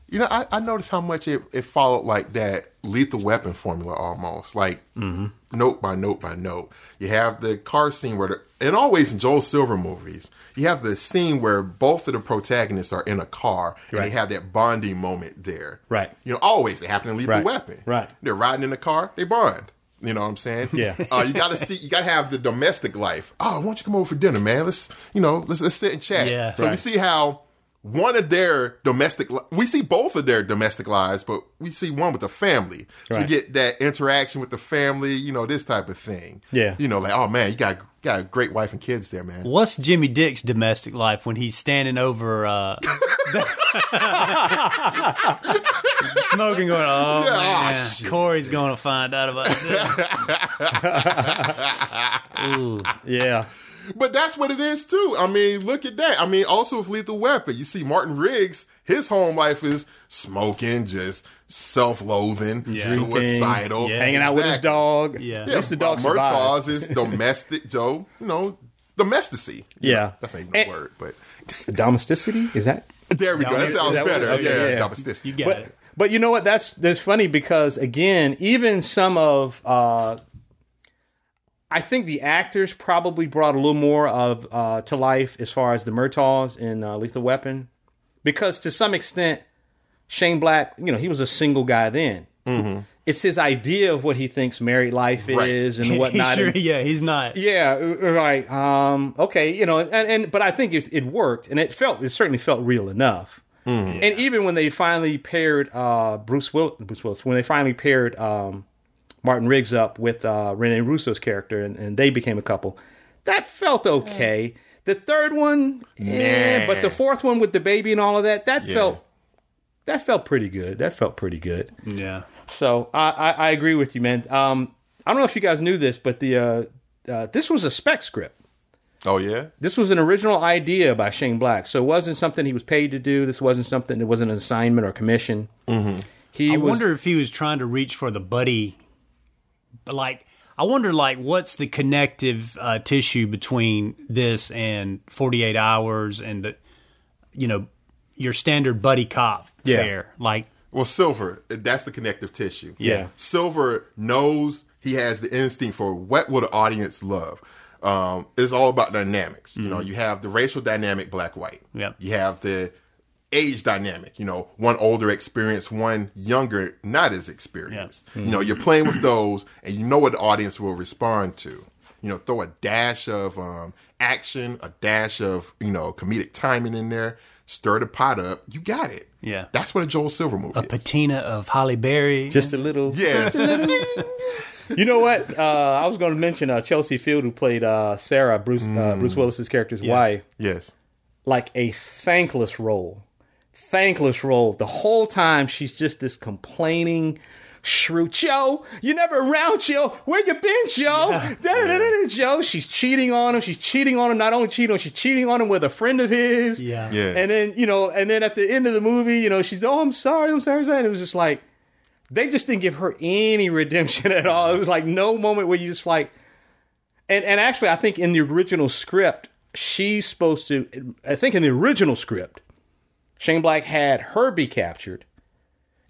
You know, I, I noticed how much it, it followed like that lethal weapon formula almost, like Mm-hmm. note by note by note. You have the car scene where, the, and always in Joel Silver movies, you have the scene where both of the protagonists are in a car and Right. they have that bonding moment there. Right. You know, always it happened in lethal Right. weapon. Right. They're riding in the car, they bond. You know what I'm saying? Yeah. Uh, you gotta see. You gotta have the domestic life. Oh, why don't you come over for dinner, man? Let's you know, let's let's sit and chat. Yeah. So you Right. see how one of their domestic li- we see both of their domestic lives but we see one with the family so we Right. get that interaction with the family you know this type of thing Yeah. you know like oh man you got got a great wife and kids there man What's Jimmy Dick's domestic life when he's standing over uh, smoking? Going, oh Yeah, man, oh, shit." Corey's going to find out about this. Yeah. but that's what it is too i mean look at that i mean also with lethal weapon you see martin riggs his home life is smoking just self-loathing suicidal Hanging out with his Exactly. dog. Yeah. At least the dog survived. Murtaugh's is domestic joe you know domesticity Yeah. that's not even a And- word but Domesticity? Is that? There we go. That is- sounds is that what- better. okay, yeah, yeah. that was this. You get but it. but you know what? That's that's funny because again, even some of uh, I think the actors probably brought a little more of uh, to life as far as the Murtaughs in uh, Lethal Weapon, because to some extent, Shane Black, you know, he was a single guy then. Mm-hmm. It's his idea of what he thinks married life Right. is and whatnot. He's sure, and- yeah, he's not. yeah, r- right. Um, okay, you know, and, and but I think it, it worked, and it felt it certainly felt real enough. And even when they finally paired uh, Bruce Will Bruce Willis, when they finally paired um, Martin Riggs up with uh, Rene Russo's character, and, and they became a couple, that felt okay. The third one, yeah, Nah. but the fourth one with the baby and all of that, that felt that felt pretty good. That felt pretty good. Yeah, So I, I, I agree with you, man. Um, I don't know if you guys knew this, but the uh, uh, this was a spec script. Oh yeah. This was an original idea by Shane Black, so it wasn't something he was paid to do. This wasn't something. It wasn't an assignment or commission. Mm-hmm. He I was. wonder if he was trying to reach for the buddy. but, Like, I wonder, like, what's the connective uh, tissue between this and Forty Eight Hours and the, you know, your standard buddy cop Yeah. fare? Like, Well, Silver. That's the connective tissue. Yeah. Silver knows he has the instinct for what would the audience love. Um, it's all about dynamics. You know, you have the racial dynamic, black white. Mm-hmm. Yep. You have the age dynamic. You know, one older experienced, one younger, not as experienced. You know, you're playing with those, and you know what the audience will respond to. You know, throw a dash of um, action, a dash of you know comedic timing in there, stir the pot up. You got it. Yeah. that's what a Joel Silver movie. is. patina of Holly Berry. just a little. Yes. You know what? Uh, I was going to mention uh, Chelsea Field, who played uh, Sarah Bruce uh, Bruce Willis's character's wife. yes. like a thankless role. Thankless role. The whole time she's just this complaining shrew. Joe, you never around, Joe. Where you been, Joe? Da-da-da-da-da, Joe. She's cheating on him. She's cheating on him. Not only cheating on him, she's cheating on him with a friend of his. yeah. Yeah. And then, you know, and then at the end of the movie, you know, she's, oh, I'm sorry, I'm sorry, I'm sorry. And it was just like, they just didn't give her any redemption at all. It was like no moment where you just like, and, and actually, I think in the original script, she's supposed to, I think in the original script, Shane Black had her be captured.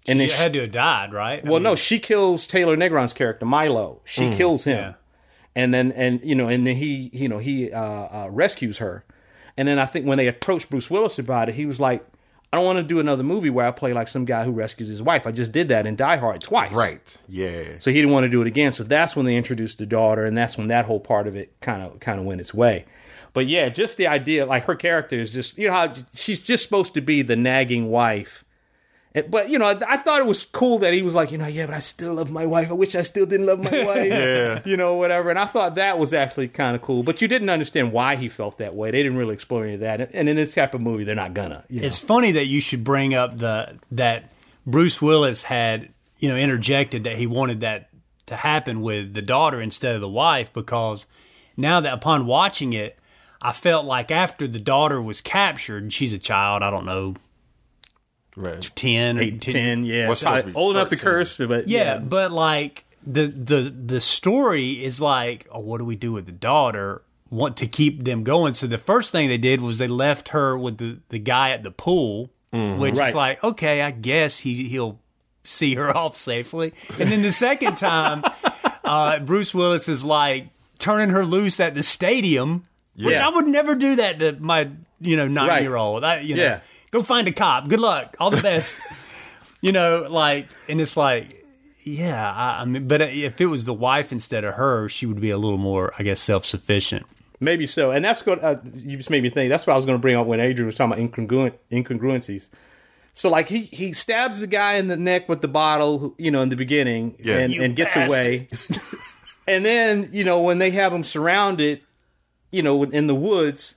And She then she- had to have died, right? well, no, she kills Taylor Negron's character Milo. She kills him, Mm, yeah. and then and you know, and then he you know he uh, uh, rescues her, and then I think when they approached Bruce Willis about it, he was like, "I don't want to do another movie where I play like some guy who rescues his wife. I just did that in Die Hard twice, Right. Yeah. So he didn't want to do it again. So that's when they introduced the daughter, and that's when that whole part of it kind of kind of went its way. But yeah, just the idea, like her character is just you know how she's just supposed to be the nagging wife. It- But you know, I, I thought it was cool that he was like, you know, yeah, but I still love my wife. I wish I still didn't love my wife. yeah. You know, whatever. And I thought that was actually kind of cool. But you didn't understand why he felt that way. They didn't really explore any of that. And in this type of movie, they're not gonna. You know? It's funny that you should bring up the that Bruce Willis had, you know, interjected that he wanted that to happen with the daughter instead of the wife because now that upon watching it, I felt like after the daughter was captured, and she's a child, I don't know, Right. 10 Eight, ten, yeah, What's supposed to be old enough to 13. curse, but yeah, but like the the the story is like, oh, what do we do with the daughter? Want to keep them going? So the first thing they did was they left her with the the guy at the pool, which Mm-hmm. Right. is like, okay, I guess he he'll see her off safely. And then the second time, uh, Bruce Willis is like turning her loose at the stadium, which Yeah. I would never do that to my you know nine year old. I you know Yeah. go find a cop. Good luck. All the best. you know, like, and it's like, yeah, I, I mean, but if it was the wife instead of her, she would be a little more, I guess, self sufficient. Maybe so, and that's what uh, you just made me think. That's what I was going to bring up when Adrian was talking about incongruent incongruencies. So like he he stabs the guy in the neck with the bottle, you know, in the beginning, Yeah. and, You and gets bastard. away. and then you know when they have him surrounded, you know, in the woods,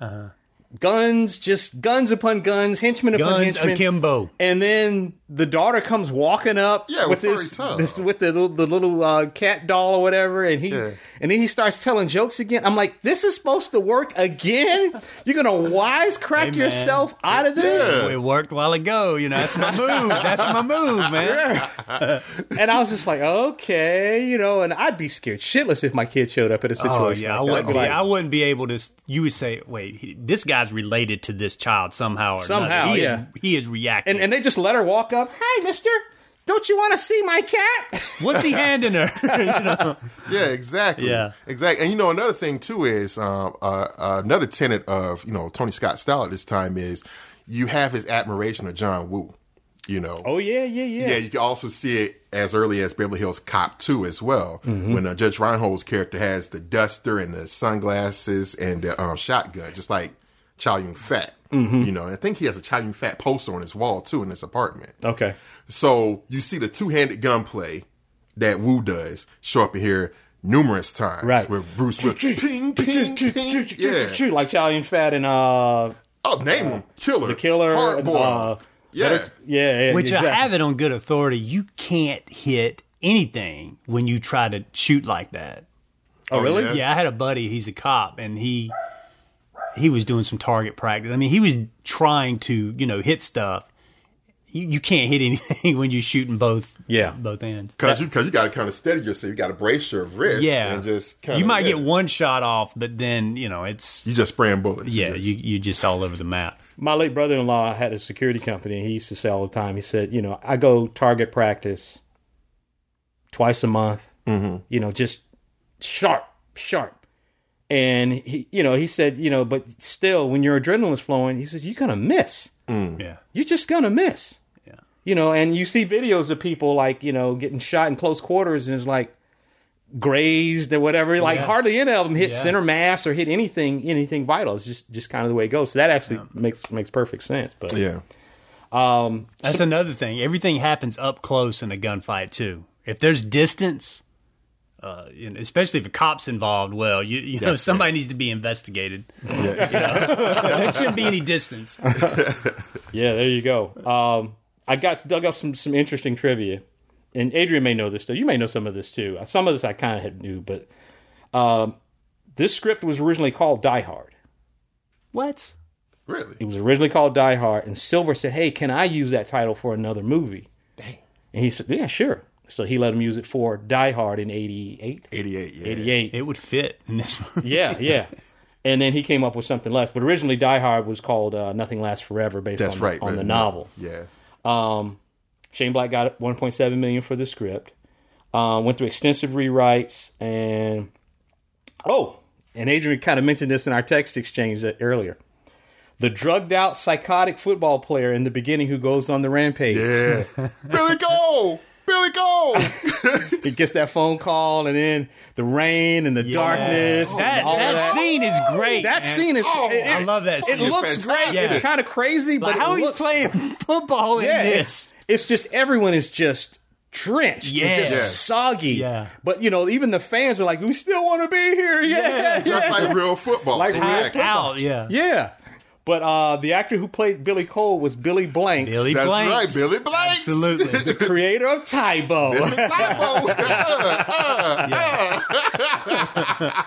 guns just guns upon guns, henchmen upon Guns henchmen, akimbo. and then the daughter comes walking up Yeah, with with furry this, tongue. this with the little, the little uh, cat doll or whatever, and he Yeah. and then he starts telling jokes again. I'm like, this is supposed to work again? You're gonna wisecrack man. yourself out of this? It worked while ago, you know. That's my move. That's my move, man. And I was just like, okay, you know, and I'd be scared shitless if my kid showed up at a situation. Oh yeah, I like wouldn't that. be. Like, I wouldn't be able to. s- You would say, "Wait, he, this guy's related to this child somehow." Or another. Somehow, he yeah. Is, he is reacting. and and they just let her walk up. Hi, Mister. Don't you want to see my cat? what's he handing her? You know? Yeah, exactly. Yeah. exactly. And you know, another thing too is um, uh, uh, another tenet of you know Tony Scott's style at this time is you have his admiration of John Woo. You know, Oh yeah, yeah, yeah. yeah, you can also see it as early as Beverly Hills Cop 2 as well, when uh, Judge Reinhold's character has the duster and the sunglasses and the um, shotgun, just like Chow Yun Fat. You know, and I think he has a Chow Yun Fat poster on his wall too in his apartment. Okay. So you see the two handed gunplay that Wu does show up in here numerous times. Right. Where Bruce will ping, ping, ping. Yeah. Shoot, like Chow Yun Fat and uh, Oh, name him. Killer. the killer. and, Hardboiled. uh, yeah. Yeah, yeah Which exactly. I have it on good authority. You can't hit anything when you try to shoot like that. Oh, really? yeah. Yeah, I had a buddy. He's a cop, and he he was doing some target practice. I mean, he was trying to you know hit stuff. You, you can't hit anything when you're shooting both Yeah. both ends. Cause you, cause you got to kind of steady yourself. You got to brace your wrist. Yeah, and just kind you of, might get one shot off, but then you know it's You just spraying bullets. yeah, just- you you just all over the map. My late brother in law had a security company. and He used to say all the time. He said, you know, I go target practice twice a month. Mm-hmm. You know, just sharp, sharp. And he, you know, he said, you know, but still, when your adrenaline's flowing, he says you're gonna miss. Hmm. Yeah, You're just gonna miss. Yeah. You know, and you see videos of people like you know getting shot in close quarters, and it's like grazed or whatever. Like Yeah. hardly any of them hit Yeah. center mass or hit anything anything vital. It's just just kind of the way it goes. So that actually makes makes perfect sense. But Yeah. that's another thing. Everything happens up close in a gunfight too. If there's distance, uh, you know, especially if a cop's involved, well, you you know somebody needs to be investigated. You know? there shouldn't be any distance. Yeah, there you go. Um, I got dug up some some interesting trivia, and Adrian may know this though. You may know some of this too. Some of this I kind of knew, but um, this script was originally called Die Hard. What? Really? It was originally called Die Hard, and Silver said, "Hey, can I use that title for another movie?" And he said, "Yeah, sure." So he let him use it for Die Hard in '88, 88. Yeah. '88. It would fit in this movie. Yeah, yeah. And then he came up with something less. But originally, Die Hard was called uh, Nothing Lasts Forever, based That's on, right. on the but- novel. Yeah. Shane Black got 1.7 million for the script. Um, went through extensive rewrites and oh, and Adrian kind of mentioned this in our text exchange that earlier. The drugged out psychotic football player in the beginning who goes on the rampage. Yeah. Billy Go! Billy Go! He gets that phone call and then the rain and the darkness. That and all that, that. scene is great. That man. scene is Oh, it, I love that. it Scene. It's looks fantastic. great. It's kind of crazy, but Like, how it are you looks- playing football in Yeah, this? It's just everyone is just drenched and just Yeah. soggy. Yeah. But you know, even the fans are like, we still want to be here. Yeah. Yeah. Just like real football. Like real Exactly. Out, yeah. But uh, the actor who played Billy Cole was Billy Blanks, Billy That's Blanks. right, Billy Blanks. Absolutely. creator of Tybo. Typo. Uh, uh, uh.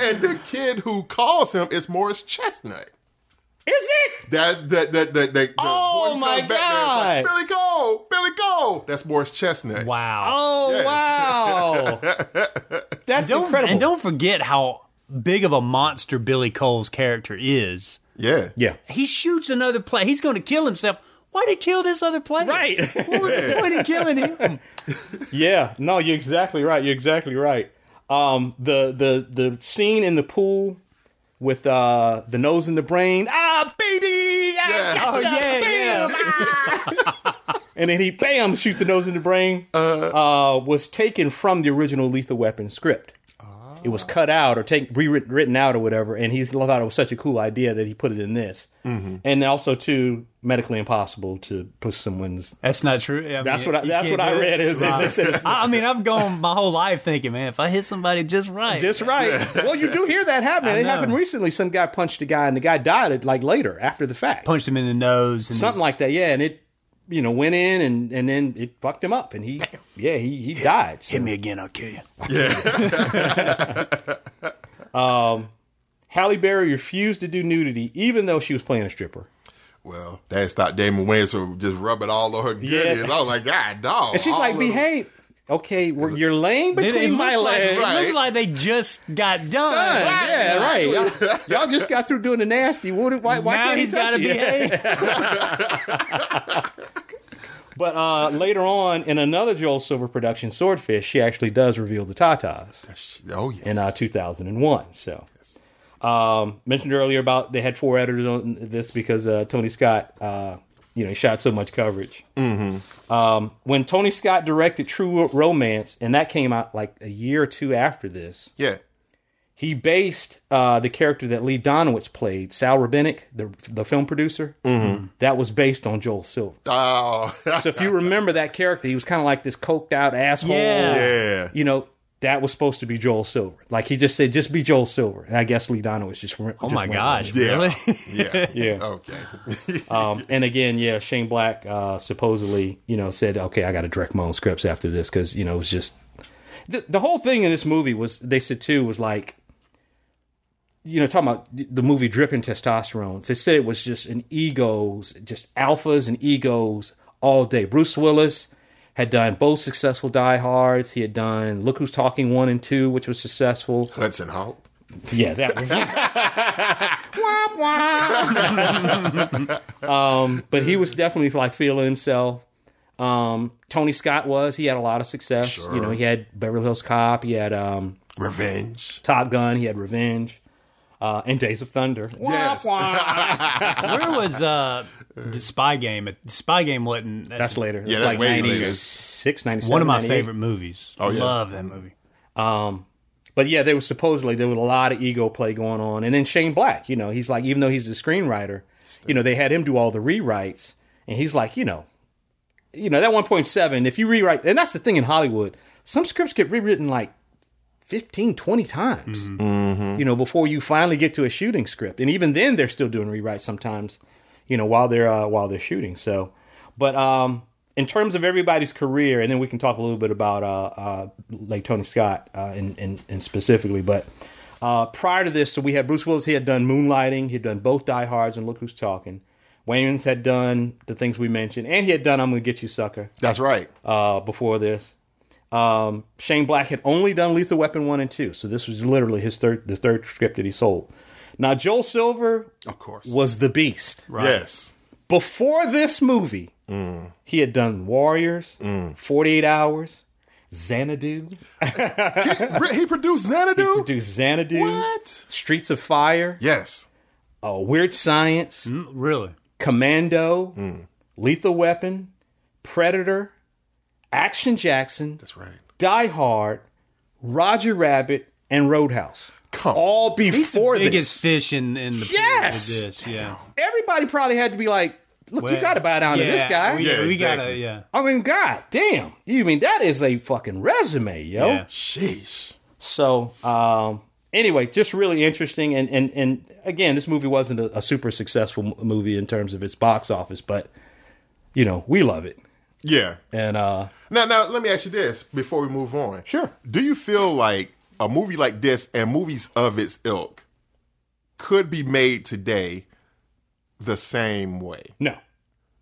and the kid who calls him is Morris Chestnut. Is it? That's that that that that. Oh, my God. Billy Cole, Billy Cole. That's Morris Chestnut. wow. Oh wow. That's Don't- Oh, incredible. And don't forget how big of a monster Billy Cole's character is. Yeah, yeah. He shoots another player. He's going to kill himself. Why'd he kill this other player? Right. What was the point in killing him? Yeah, no, you're exactly right. You're exactly right. Um, the the the scene in the pool with uh the nose in the brain. Ah, baby! I Yeah. got Oh, ya, yeah, bam, ah!" and then he bam uh, shoots the nose in the brain. Uh, was taken from the original Lethal Weapon script. it was cut out or take rewritten out or whatever, and he thought it was such a cool idea that he put it in this. Mm-hmm. And also, too, medically impossible to push someone's. That's not true. I mean, that's what I, that's what I read. Is, Right. is, is- I I mean, I've gone my whole life thinking, man, if I hit somebody just right, just right. Well, you do hear that happening. I It know. happened recently. Some guy punched a guy, and the guy died like later after the fact. punched him in the nose, and something his- like that. Yeah, and it you know went in and and then it fucked him up, and he yeah he he died. So hit me again, I'll kill you. Halle Berry refused to do nudity, even though she was playing a stripper, Well, that stopped Damon Wayans from just rubbing all on her goodies. Yeah. I was like, God, dog. and she's all like, of them." "Behave, okay, we're, you're laying It- it between looks my like- legs." it Right. looks like they just got done. Done. Right. Yeah, right. Y'all, y'all just got through doing the nasty. What, why, why now can't he he's touch got to you? behave. But uh, later on in another Joel Silver production, Swordfish, she actually does reveal the tatas. Oh yeah. in uh, 2001. So, um, mentioned earlier about they had four editors on this because uh, Tony Scott, uh, you know, he shot so much coverage. Mm-hmm. Um, when Tony Scott directed True Romance, and that came out like a year or two after this, yeah. he based uh, the character that Lee Donowitz played, Sal Rabinick, the the film producer. That was based on Joel Silver. Oh So if you remember that character, he was kind of like this coked out asshole Yeah. yeah. you know, that was supposed to be Joel Silver. Like he just said, just be Joel Silver. And I guess Lee Donowitz just went. Oh my gosh, really? Yeah. Yeah. Okay. Um, and again, yeah, Shane Black uh, supposedly, you know, said, okay, I got to direct my own scripts after this because, you know, it was just. The, the whole thing in this movie was, they said too, was like, you know, talking about the movie dripping testosterone. They said it was just an egos, just alphas and egos all day. Bruce Willis had done both successful Die Hards. He had done Look Who's Talking 1 and 2, which was successful. Hudson Hawk. Yeah, that was. um, but he was definitely like feeling himself. Um, Tony Scott was. He had a lot of success. You know, he had Beverly Hills Cop. He had um, Revenge. Top Gun. He had Revenge. Uh, and Days of Thunder. Yes. Where was uh, the spy game? The spy game wasn't. That's later. That's Yeah, that's like way later. 96, 97, one of my 98. favorite movies. Oh, yeah. Love that movie. But yeah, there was supposedly there was a lot of ego play going on, and then Shane Black, you know, he's like, even though he's a screenwriter, you know, they had him do all the rewrites, and he's like, you know, you know that one point seven, if you rewrite, and that's the thing in Hollywood, some scripts get rewritten like 15, 20 times, you know, before you finally get to a shooting script, and even then they're still doing rewrites sometimes, you know, while they're uh, while they're shooting. So, but um, in terms of everybody's career, and then we can talk a little bit about uh, uh, like Tony Scott uh, and, and and specifically, but. Uh, prior to this, so we had Bruce Willis. He had done Moonlighting. He had done both Die Hard's and Look Who's Talking. Wayans had done the things we mentioned, and he had done I'm Gonna Get You Sucker That's right. uh, before this. Um, Shane Black had only done Lethal Weapon one and two, so this was literally his third the third script that he sold. Now Joel Silver Of course. was the beast. Yes. Before this movie, he had done Warriors, 48 Hours, Xanadu, Re- he produced Xanadu. do Xanadu, What? Streets of Fire, Yes. uh, Weird Science, Mm, Really? Commando, Lethal Weapon, Predator, Action Jackson, That's right. Die Hard, Roger Rabbit, and Roadhouse. Come. All before Biggest this. fish in, in the Yes! of this, yeah. Everybody probably had to be like, look, you Well, got to bow down to yeah, this guy. We, Yeah, we gotta, exactly. yeah. I mean, god damn. You mean that is a fucking resume, yo. Yeah. Sheesh. So, um, anyway, just really interesting. And, and, and again, this movie wasn't a, a super successful m- movie in terms of its box office, but, you know, we love it. Yeah. And, uh, Now, now, let me ask you this before we move on. Sure. Do you feel like a movie like this and movies of its ilk could be made today the same way? no.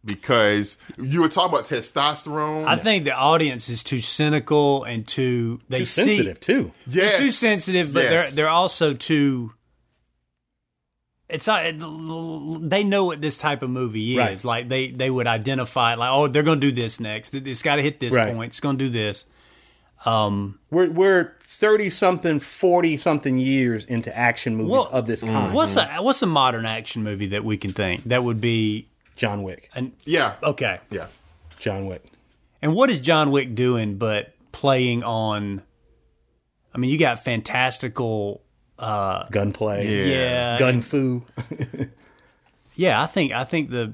Because you were talking about testosterone. I think the audience is too cynical and too they Too see- sensitive, too. yes. They're too sensitive, but Yes. they're they're also too. It's not. They know what this type of movie is. Right. Like they they would identify. it, Like oh, they're going to do this next. It- It's got to hit this Right. point. It's going to do this. Um, We're we're thirty something, forty something years into action movies Well, of this kind. what's a what's a modern action movie that we can think that would be John Wick. an Yeah. okay? Yeah. John Wick. And what is John Wick doing but playing on I mean, you got fantastical. Uh, gunplay, yeah, gun foo. yeah. I think I think the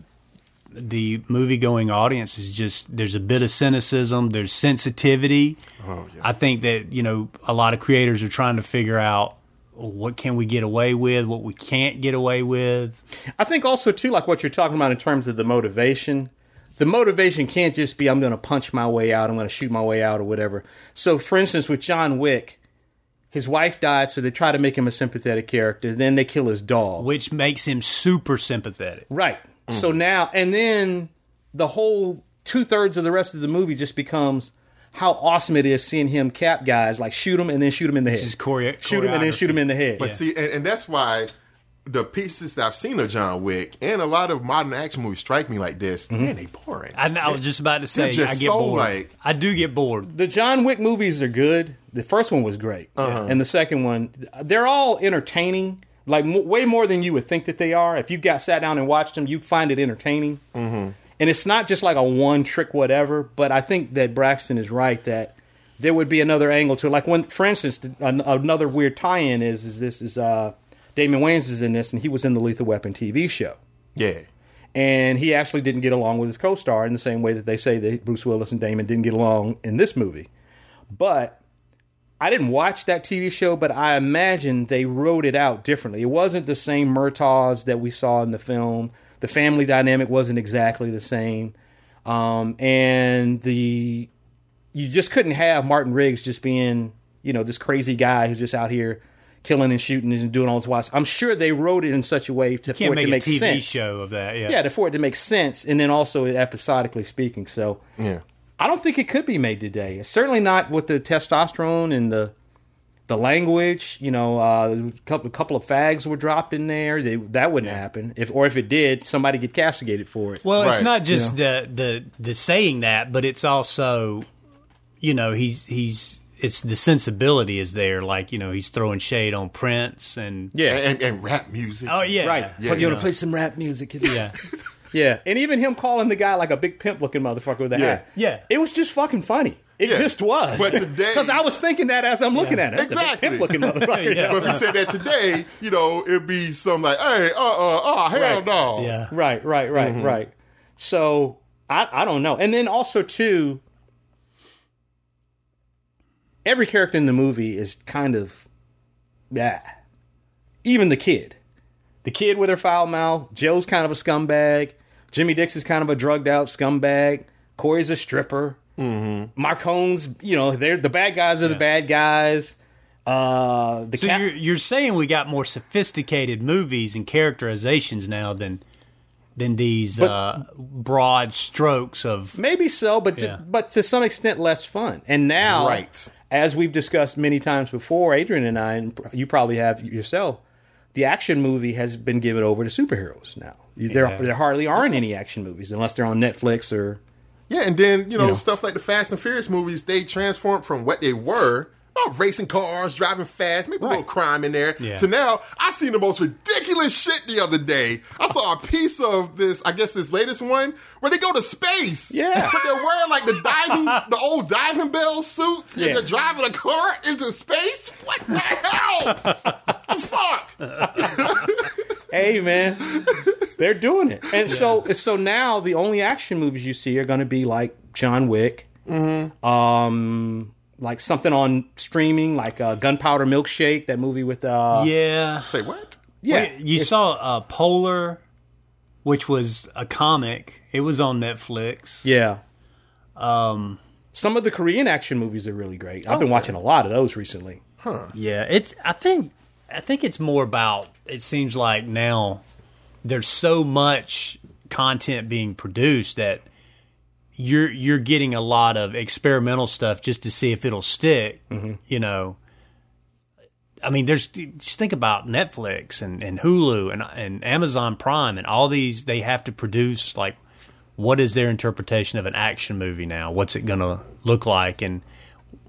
the movie going audience is just there's a bit of cynicism, there's sensitivity. Oh, I think that you know a lot of creators are trying to figure out what can we get away with, what we can't get away with. I think also too, like what you're talking about in terms of the motivation. The motivation can't just be I'm going to punch my way out, I'm going to shoot my way out, or whatever. So, for instance, with John Wick, his wife died, so they try to make him a sympathetic character. Then they kill his dog. which makes him super sympathetic. Right. Mm. So now, and then the whole two thirds of the rest of the movie just becomes how awesome it is seeing him cap guys, like shoot him and then shoot him in the head. is choreo- shoot him and then shoot him in the head. But see, and, and that's why the pieces that I've seen of John Wick and a lot of modern action movies strike me like this. Man, they boring. Mm-hmm. I, I was just about to say, just I get so, bored. like- I do get bored. the John Wick movies are good. The first one was great, and the second one, they're all entertaining. Like m- way more than you would think that they are. If you got sat down and watched them, you'd find it entertaining. Mm-hmm. And it's not just like a one trick whatever. But I think that Braxton is right that there would be another angle to it. Like when, for instance, th- an- another weird tie-in is is this is uh, Damon Wayans is in this, and he was in the Lethal Weapon TV show yeah. and he actually didn't get along with his co-star in the same way that they say that Bruce Willis and Damon didn't get along in this movie. But I didn't watch that TV show, but I imagine they wrote it out differently. It wasn't the same Murtaugh's that we saw in the film. The family dynamic wasn't exactly the same, um, and the you just couldn't have Martin Riggs just being you know this crazy guy who's just out here killing and shooting and doing all this wild. I'm sure they wrote it in such a way to for Can't it to make a make TV sense show of that. Yeah. yeah, to- for it to make sense, and then also episodically speaking. So Yeah. I don't think it could be made today. Certainly not with the testosterone and the the language. You know, uh, a couple a couple of fags were dropped in there. They, that wouldn't happen. If or if it did, somebody get castigated for it. Well, Right. it's not just the, the the saying that, but it's also, you know, he's he's it's the sensibility is there. Like you know, he's throwing shade on Prince and yeah, And, and, and rap music. oh yeah, right. Yeah, But yeah. you want to play some rap music? yeah. yeah, and even him calling the guy like a big pimp looking motherfucker with a Yeah. hat. Yeah. it was just fucking funny. It Yeah. just was. But today- because I was thinking that as I'm looking at it, That's Exactly. a big pimp looking motherfucker. Yeah. But if you said that today, you know, it'd be some like, hey, uh, uh, oh, hell Right. no. yeah. Right, right, right, Mm-hmm. right. So I, I don't know. And then also too, every character in the movie is kind of yeah. Even the kid, the kid with her foul mouth. Joe's kind of a scumbag. Jimmy Dix is kind of a drugged out scumbag. Corey's a stripper. Mm-hmm. Marcone's, you know, they're the bad guys are the bad guys. Uh, the So cap- you're you're saying we got more sophisticated movies and characterizations now than than these uh, broad strokes of Maybe so, but Yeah. to, but to some extent less fun. And now, Right. as we've discussed many times before, Adrian and I, and you probably have yourself, the action movie has been given over to superheroes now. There, Yeah. there hardly aren't any action movies unless they're on Netflix or Yeah, and then, you know, know. stuff like the Fast and Furious movies, they transformed from what they were. Oh, racing cars, driving fast, maybe a little crime in there. Yeah. To now, I seen the most ridiculous shit the other day. I saw a piece of this, I guess this latest one, where they go to space. Yeah. But they're wearing like the diving, the old diving bell suits, Yeah. and they're driving a car into space. What the hell? Fuck. hey man they're doing it and so so now the only action movies you see are going to be like john wick Mm-hmm. um like something on streaming like uh, gunpowder milkshake that movie with uh yeah. Say what? yeah Wait, you saw uh, Polar, which was a comic. It was on Netflix. yeah um some of the korean action movies are really great i've been watching a lot of those recently Yeah, it's. I think. I think it's more about. It seems like now there's so much content being produced that you're you're getting a lot of experimental stuff just to see if it'll stick. You know. I mean, there's just think about Netflix and, and Hulu and and Amazon Prime and all these. They have to produce like what is their interpretation of an action movie now? What's it gonna look like? And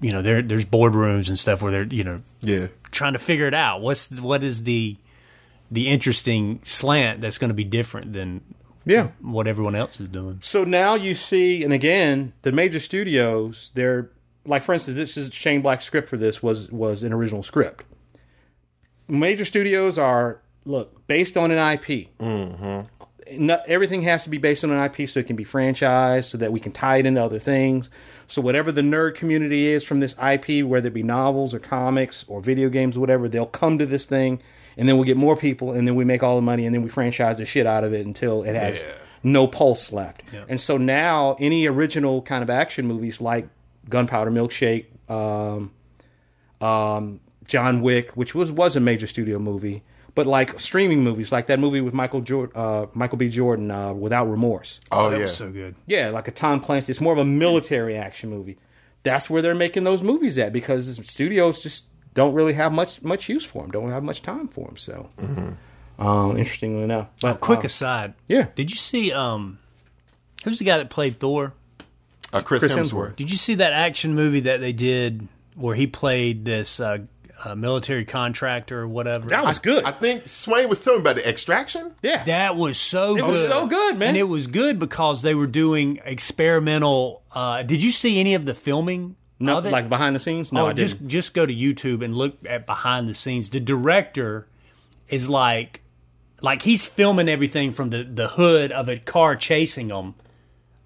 you know, there there's boardrooms and stuff where they're you know Yeah. trying to figure it out. What's the, what is the the interesting slant that's going to be different than yeah what everyone else is doing? So now you see, and again, the major studios, they're like for instance, this is Shane Black's script for this was was an original script. Major studios are look based on an IP. No- everything has to be based on an IP so it can be franchised, so that we can tie it into other things. So whatever the nerd community is from this IP, whether it be novels or comics or video games or whatever, they'll come to this thing, and then we'll get more people, and then we make all the money, and then we franchise the shit out of it until it has no pulse left. And so now any original kind of action movies like Gunpowder Milkshake, um, um, John Wick, which was was a major studio movie, but like streaming movies, like that movie with Michael Jor- uh, Michael B. Jordan, uh, Without Remorse. Oh, that yeah. was so good. Yeah, like a Tom Clancy. It's more of a military action movie. That's where they're making those movies at because the studios just don't really have much much use for them. Don't have much time for them. So, um, interestingly enough, but Quick um, aside. yeah. Did you see um who's the guy that played Thor? Uh, Chris, Chris Hemsworth. Did you see that action movie that they did where he played this uh, uh, military contractor or whatever? that was good. I think Swain was telling me about the extraction. yeah, That was so It good. was so good, man. And it was good because they were doing experimental uh did you see any of the filming no, of it? like behind the scenes. No, oh, I didn't. just just go to YouTube and look at behind the scenes. The director is like like he's filming everything from the the hood of a car chasing them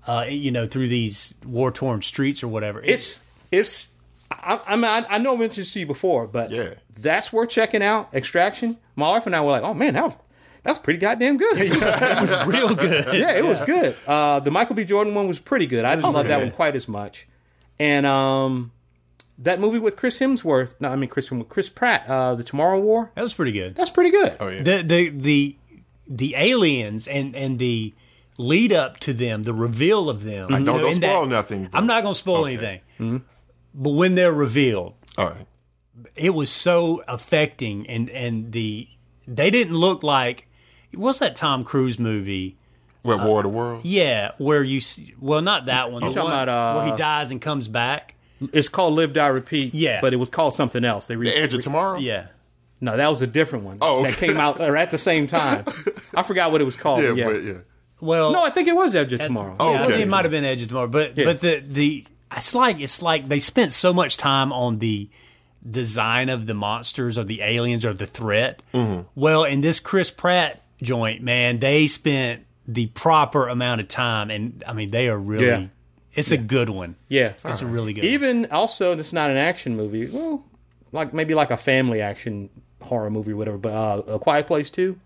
uh you know through these war-torn streets or whatever. it's it's I, I mean I, I know I mentioned to you before, but Yeah. that's worth checking out. Extraction. My wife and I were like, oh man, that was, that was pretty goddamn good. yeah, it's real good. Oh, it was good. Uh, the Michael B. Jordan one was pretty good. I didn't love that one quite as much. And um, that movie with Chris Hemsworth, no, I mean Chris Hemsworth, Chris Pratt, uh, the Tomorrow War. That was pretty good. That's pretty good. Oh, yeah. The the the the aliens and and the lead up to them, the reveal of them. you don't- know, don't in spoil nothing, but- Mm-hmm. I'm not going to spoil anything. But when they're revealed, All right. it was so affecting, and and the they didn't look like what's that Tom Cruise movie? What, War of the World? Yeah, where you see, well not that one. You talking about, uh, where he dies and comes back? It's called Live Die Repeat. Yeah. but it was called something else. They re- The Edge of Tomorrow? Yeah, no, that was a different one. Oh, that okay. came out or at the same time. I forgot what it was called. Yeah, Oh, yeah. but yeah. well No, I think it was Edge of Tomorrow. Oh, Yeah, I think okay. it might have been Edge of Tomorrow, but but the the it's like it's like they spent so much time on the design of the monsters or the aliens or the threat. Mm-hmm. Well, in this Chris Pratt joint, man, they spent the proper amount of time, and I mean, they are really. Yeah. It's a good one. Yeah. It's a really good. one. Even also, it's not an action movie. Well, like maybe like a family action horror movie, or whatever. But uh, A Quiet Place Two.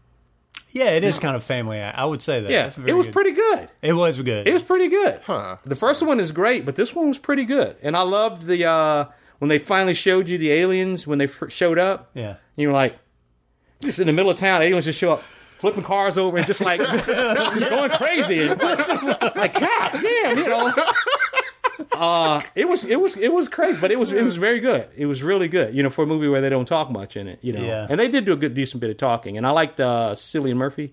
Yeah, it is kind of family. I I would say that. Yeah, That's very it was good. pretty good. It was good. It was pretty good. The first one is great, but this one was pretty good. And I loved the uh, when they finally showed you the aliens when they fir- showed up. yeah. You were like, just in the middle of town, aliens just show up, flipping cars over and just like, just going crazy. And like, God damn, you know. Uh, it was it was it was crazy, but it was it was very good. It was really good, you know, for a movie where they don't talk much in it, you know. Yeah. And they did do a good decent bit of talking, and I liked uh, Cillian Murphy.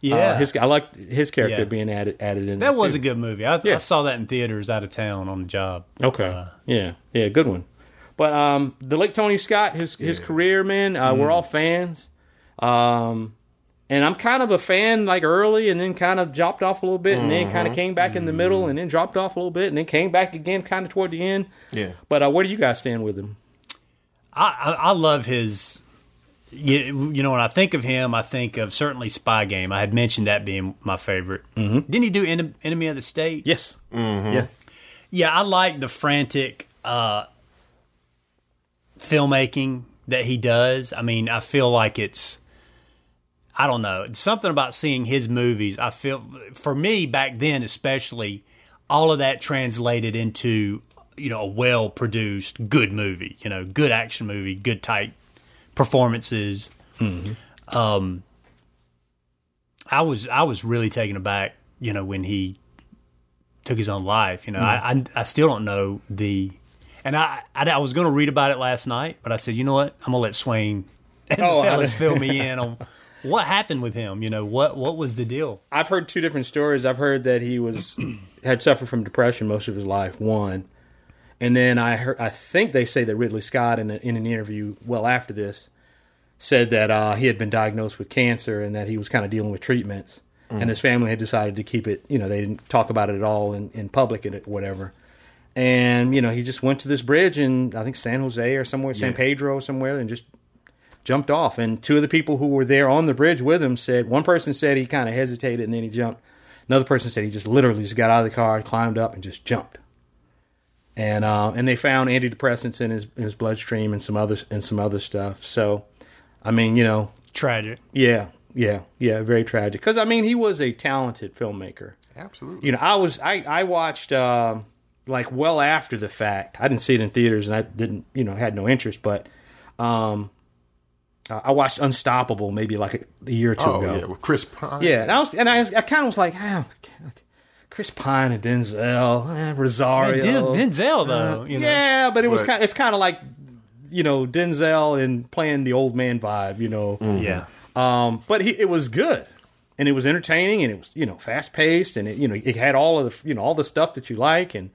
Yeah. Uh, his I liked his character Yeah. being added added in. there, that was a too. good movie. I, Yeah. I saw that in theaters out of town on the job. Okay. yeah. Yeah. Good one. But um, the late Tony Scott, his his career, man, uh, we're all fans. Um, and I'm kind of a fan like early, and then kind of dropped off a little bit, and then kind of came back in the middle, and then dropped off a little bit, and then came back again, kind of toward the end. Yeah. But uh, where do you guys stand with him? I, I, I love his. You, you know, when I think of him, I think of certainly Spy Game. I had mentioned that being my favorite. Mm-hmm. Didn't he do en- Enemy of the State? Yes. Yeah. Yeah, I like the frantic uh, filmmaking that he does. I mean, I feel like it's. I don't know. Something about seeing his movies, I feel, for me back then especially, all of that translated into, you know, a well produced, good movie, you know, good action movie, good tight performances. Mm-hmm. Um, I was I was really taken aback, you know, when he took his own life. Mm. You know, I, I I still don't know the, and I I, I was going to read about it last night, but I said, you know what, I'm gonna let Swain and Oh, I- the fellas fill me in on what happened with him. You know, what what was the deal? I've heard two different stories. I've heard that he was had suffered from depression most of his life. One, and then I heard I think they say that Ridley Scott in, a, in an interview well after this said that uh, he had been diagnosed with cancer and that he was kind of dealing with treatments. And his family had decided to keep it. You know, they didn't talk about it at all in, in public and it- whatever. and you know he just went to this bridge in I think San Jose or somewhere, San Yeah. Pedro somewhere, and just jumped off. And two of the people who were there on the bridge with him said one person said he kind of hesitated and then he jumped. Another person said he just literally just got out of the car and climbed up and just jumped. And uh, and they found antidepressants in his in his bloodstream and some other and some other stuff. So, I mean, you know, Tragic. yeah, yeah, yeah, very tragic. Because I mean, he was a talented filmmaker Absolutely. you know, I was I I watched um, like well after the fact. I didn't see it in theaters, and I didn't you know had no interest. But um, I I watched Unstoppable maybe like a, a year or two oh ago. yeah, with Chris Pine. Yeah, and I was, and I, I kind of was like, ah, Chris Pine and Denzel, eh, Rosario, Denzel though, you know. Uh, yeah, but it was Right. kind. It's kind of like you know Denzel and playing the old man vibe, you know. Mm-hmm. Yeah. Um, but he, it was good, and it was entertaining, and it was you know fast paced, and it you know it had all of the you know all the stuff that you like, and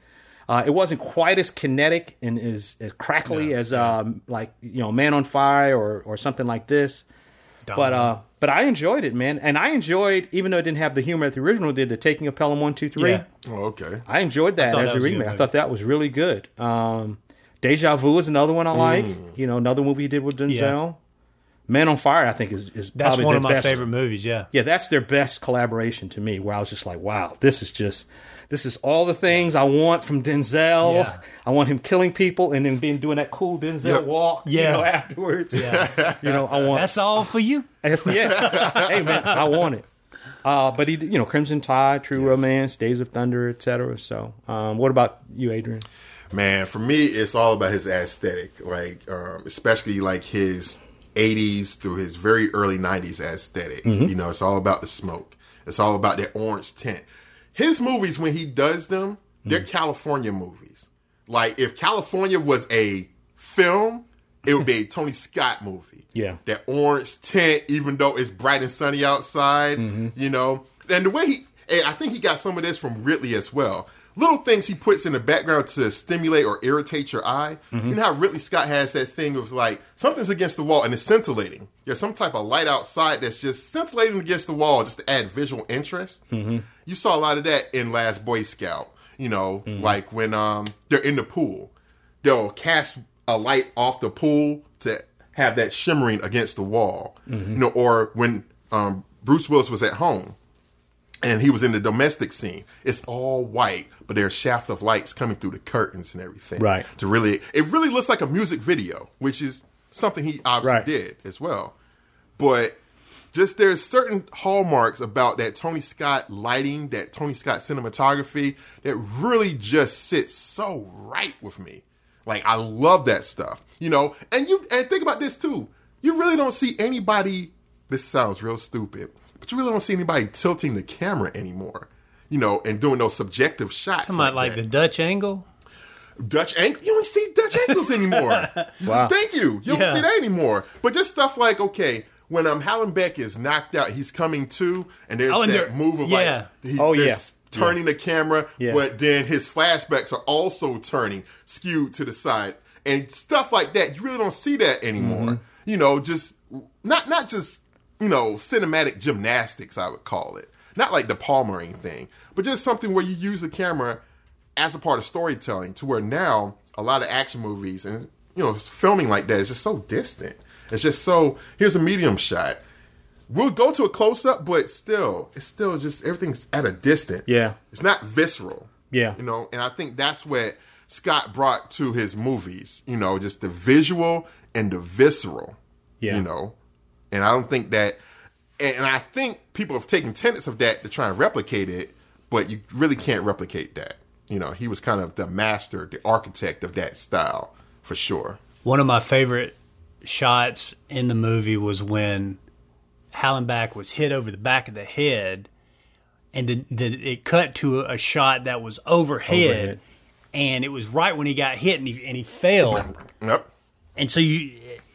uh, it wasn't quite as kinetic and as, as crackly as um, like you know Man on Fire or or something like this. But uh, but I enjoyed it, man, and I enjoyed even though it didn't have the humor that the original did, the Taking of Pelham one two three. Yeah. Oh, okay. I enjoyed that thought as that was a a good remake. I movie. thought that was really good. Um, Deja Vu is another one I like. Mm. You know, another movie he did with Denzel. Man on Fire, I think, is, is That's probably one their of my best. favorite movies, yeah. Yeah, that's their best collaboration to me. Where I was just like, wow, this is just this is all the things I want from Denzel. Yeah. I want him killing people and then being doing that cool Denzel Yeah. walk. you Yeah. know, afterwards. Yeah. you know, I want That's all for you. that's- yeah. hey man, I want it. Uh, but he, you know, Crimson Tide, True Romance, Days of Thunder, etc. So, um, what about you, Adrian? Man, for me, it's all about his aesthetic, like um, especially like his '80s through his very early '90s aesthetic. Mm-hmm. You know, it's all about the smoke. It's all about that orange tint. His movies, when he does them, they're Mm. California movies. Like if California was a film, it would be a Tony Scott movie. Yeah. that orange tint, even though it's bright and sunny outside. You know, and the way he, and I think he got some of this from Ridley as well. Little things he puts in the background to stimulate or irritate your eye. You know how Ridley Scott has that thing of like something's against the wall and it's scintillating. There's some type of light outside that's just scintillating against the wall just to add visual interest. You saw a lot of that in Last Boy Scout. You know, like when um they're in the pool they'll cast a light off the pool to have that shimmering against the wall. Mm-hmm. You know, or when um, Bruce Willis was at home and he was in the domestic scene, it's all white, but there are shafts of lights coming through the curtains and everything. Right. To really, it really looks like a music video, which is something he obviously Right. did as well. But just there's certain hallmarks about that Tony Scott lighting, that Tony Scott cinematography that really just sits so right with me. Like I love that stuff, you know. And you and think about this too. You really don't see anybody. This sounds real stupid, but you really don't see anybody tilting the camera anymore, you know, and doing those subjective shots. Come on, like that. the Dutch angle. Dutch ankle. You don't see Dutch ankles anymore. Wow. Thank you. You don't Yeah. see that anymore. But just stuff like okay, when um Hallenbeck is knocked out, he's coming to, and there's Oh, and that they're- move of yeah. like he's Oh, they're yeah. s- turning the camera, Yeah. but then his flashbacks are also turning skewed to the side and stuff like that. You really don't see that anymore. Mm-hmm. You know, just not not just you know cinematic gymnastics. I would call it not like the Palmering thing, but just something where you use the camera as a part of storytelling. To where now a lot of action movies and you know filming like that is just so distant. It's just so here's a medium shot. We'll go to a close up, but still, it's still just everything's at a distance. Yeah. It's not visceral. Yeah. You know, and I think that's what Scott brought to his movies, you know, just the visual and the visceral. Yeah. You know. And I don't think that and, and I think people have taken tenets of that to try and replicate it, but you really can't replicate that. You know, he was kind of the master, the architect of that style for sure. One of my favorite shots in the movie was when Hallenbach was hit over the back of the head, and then the, it cut to a, a shot that was overhead, Overhead. and it was right when he got hit and he, and he fell, Yep. and so you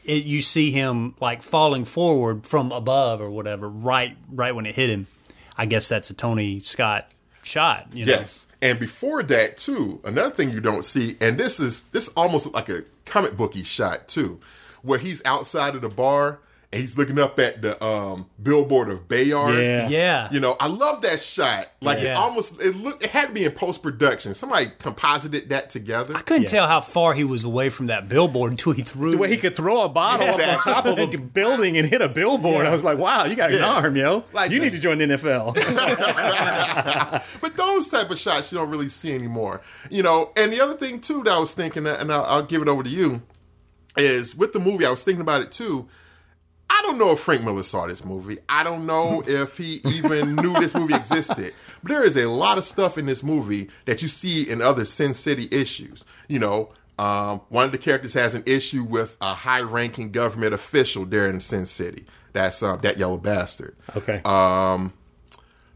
it, you see him like falling forward from above or whatever, right right when it hit him. I guess that's a Tony Scott shot. You know? Yes. And before that too, another thing you don't see, and this is this almost look like a comic booky shot too, where he's outside of the bar and he's looking up at the um, billboard of Bayard. Yeah. Yeah. You know, I love that shot. Like it Yeah. almost it looked it had to be in post production. Somebody composited that together. I couldn't tell how far he was away from that billboard until he threw. The way he could throw a bottle up on Exactly. top of a building and hit a billboard, I was like, "Wow, you got an Yeah. arm, yo! Like you just- need to join the NFL." But those type of shots you don't really see anymore. You know, and the other thing too that I was thinking, and I'll, I'll give it over to you, is with the movie. I was thinking about it too. I don't know if Frank Miller saw this movie. I don't know if he even knew this movie existed. But there is a lot of stuff in this movie that you see in other Sin City issues. You know, um, one of the characters has an issue with a high-ranking government official there in Sin City. That's um, that yellow bastard. okay, Um,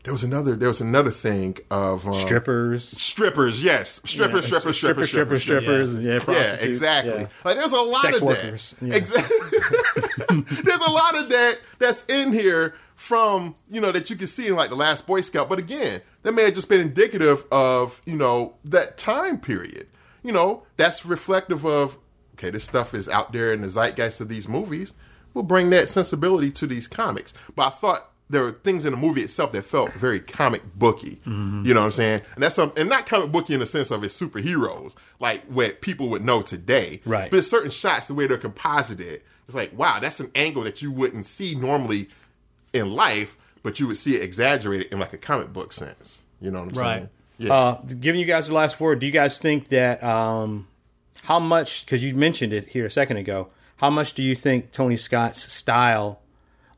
There was another. There was another thing of um, strippers, Strippers, yes. Strippers, strippers, strippers, strippers, strippers, strippers, strippers. strippers, yeah, Yeah, prostitutes, exactly. yeah. Like there's a lot Sex of workers, that. yeah. Exactly. there's a lot of that that's in here from you know that you can see in like the last Boy Scout. But again, that may have just been indicative of you know that time period. You know that's reflective of okay, this stuff is out there in the zeitgeist of these movies. We'll bring that sensibility to these comics. But I thought there were things in the movie itself that felt very comic booky. You know what I'm saying? And that's some, and not comic booky in the sense of it's superheroes like what people would know today. Right. But certain shots, the way they're composited, it's like, wow, that's an angle that you wouldn't see normally in life, but you would see it exaggerated in like a comic book sense. You know what I'm Right. saying? Yeah. Uh, giving you guys the last word, do you guys think that um, how much? Because you mentioned it here a second ago. How much do you think Tony Scott's style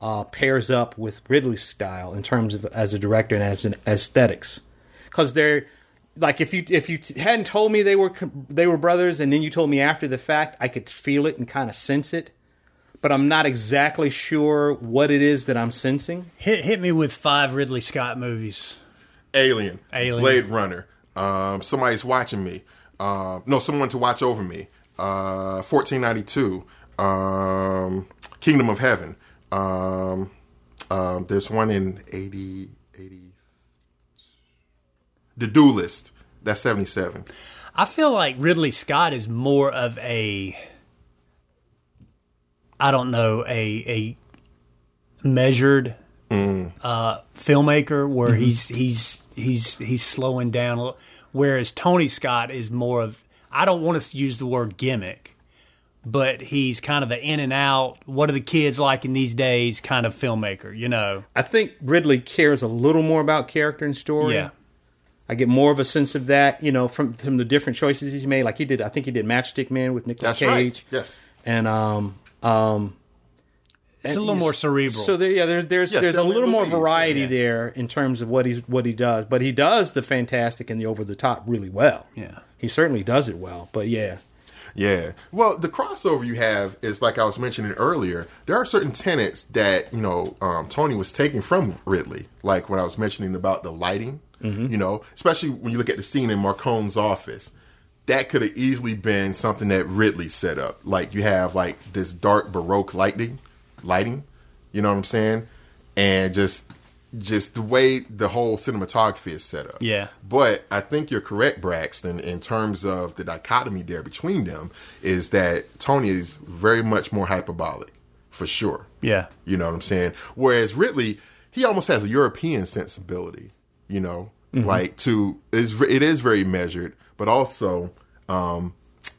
uh, pairs up with Ridley's style in terms of as a director and as an aesthetics? Because they're like if you if you hadn't told me they were com- they were brothers, and then you told me after the fact, I could feel it and kind of sense it. But I'm not exactly sure what it is that I'm sensing. hit hit me with five Ridley Scott movies. Alien, Alien. Blade Runner. Um, somebody's watching me. Um, no, someone to watch over me. Uh, 1492. Um, Kingdom of Heaven. Um, um, there's one in 80, 80. The Do List. That's 77. I feel like Ridley Scott is more of a I don't know, a a measured uh, filmmaker where he's he's he's he's slowing down a little, whereas Tony Scott is more of I don't want to use the word gimmick, but he's kind of an in and out, what are the kids like in these days kind of filmmaker, you know. I think Ridley cares a little more about character and story. Yeah. I get more of a sense of that, you know, from from the different choices he's made. Like he did, I think he did Matchstick Man with That's Nicolas Cage, right. Yes. and um, It's a little he's- more cerebral. So there, yeah, there's there's Yeah, there's a Thelma little more Louise, variety there in terms of what he's what he does. But he does the fantastic and the over the top really well. Yeah. he certainly does it well. But yeah, Yeah. Well, the crossover you have is like I was mentioning earlier. There are certain tenets that you know um, Tony was taking from Ridley, like when I was mentioning about the lighting. You know, especially when you look at the scene in Marcone's office, that could have easily been something that Ridley set up. Like you have like this dark baroque lighting, lighting. You know what I'm saying? And just just the way the whole cinematography is set up. Yeah. But I think you're correct, Braxton, in terms of the dichotomy there between them is that Tony is very much more hyperbolic, for sure. yeah. You know what I'm saying? Whereas Ridley, he almost has a European sensibility, you know, like to is it is very measured, but also um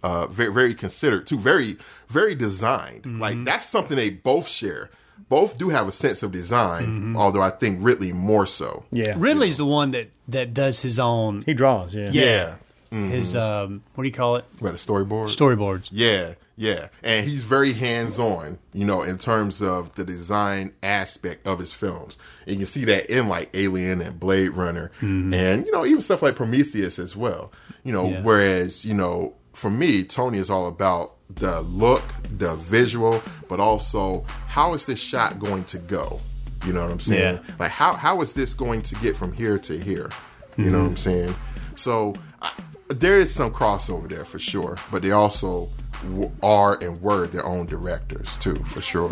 uh very very considered too, very very designed. Like that's something they both share. Both do have a sense of design, although I think Ridley more so. yeah, Ridley's the one that that does his own he draws. Yeah, Yeah. his um what do you call it What a storyboard. storyboards Yeah, yeah. And he's very hands on, you know, in terms of the design aspect of his films. And you can see that in like Alien and Blade Runner and, you know, even stuff like Prometheus as well. You know, Mm-hmm. Yeah. whereas, you know, for me, Tony is all about the look, the visual, but also how is this shot going to go? You know what I'm saying? Yeah. Like how how is this going to get from here to here? You know what I'm saying? So I, there is some crossover there for sure, but they also w- are and were their own directors too, for sure.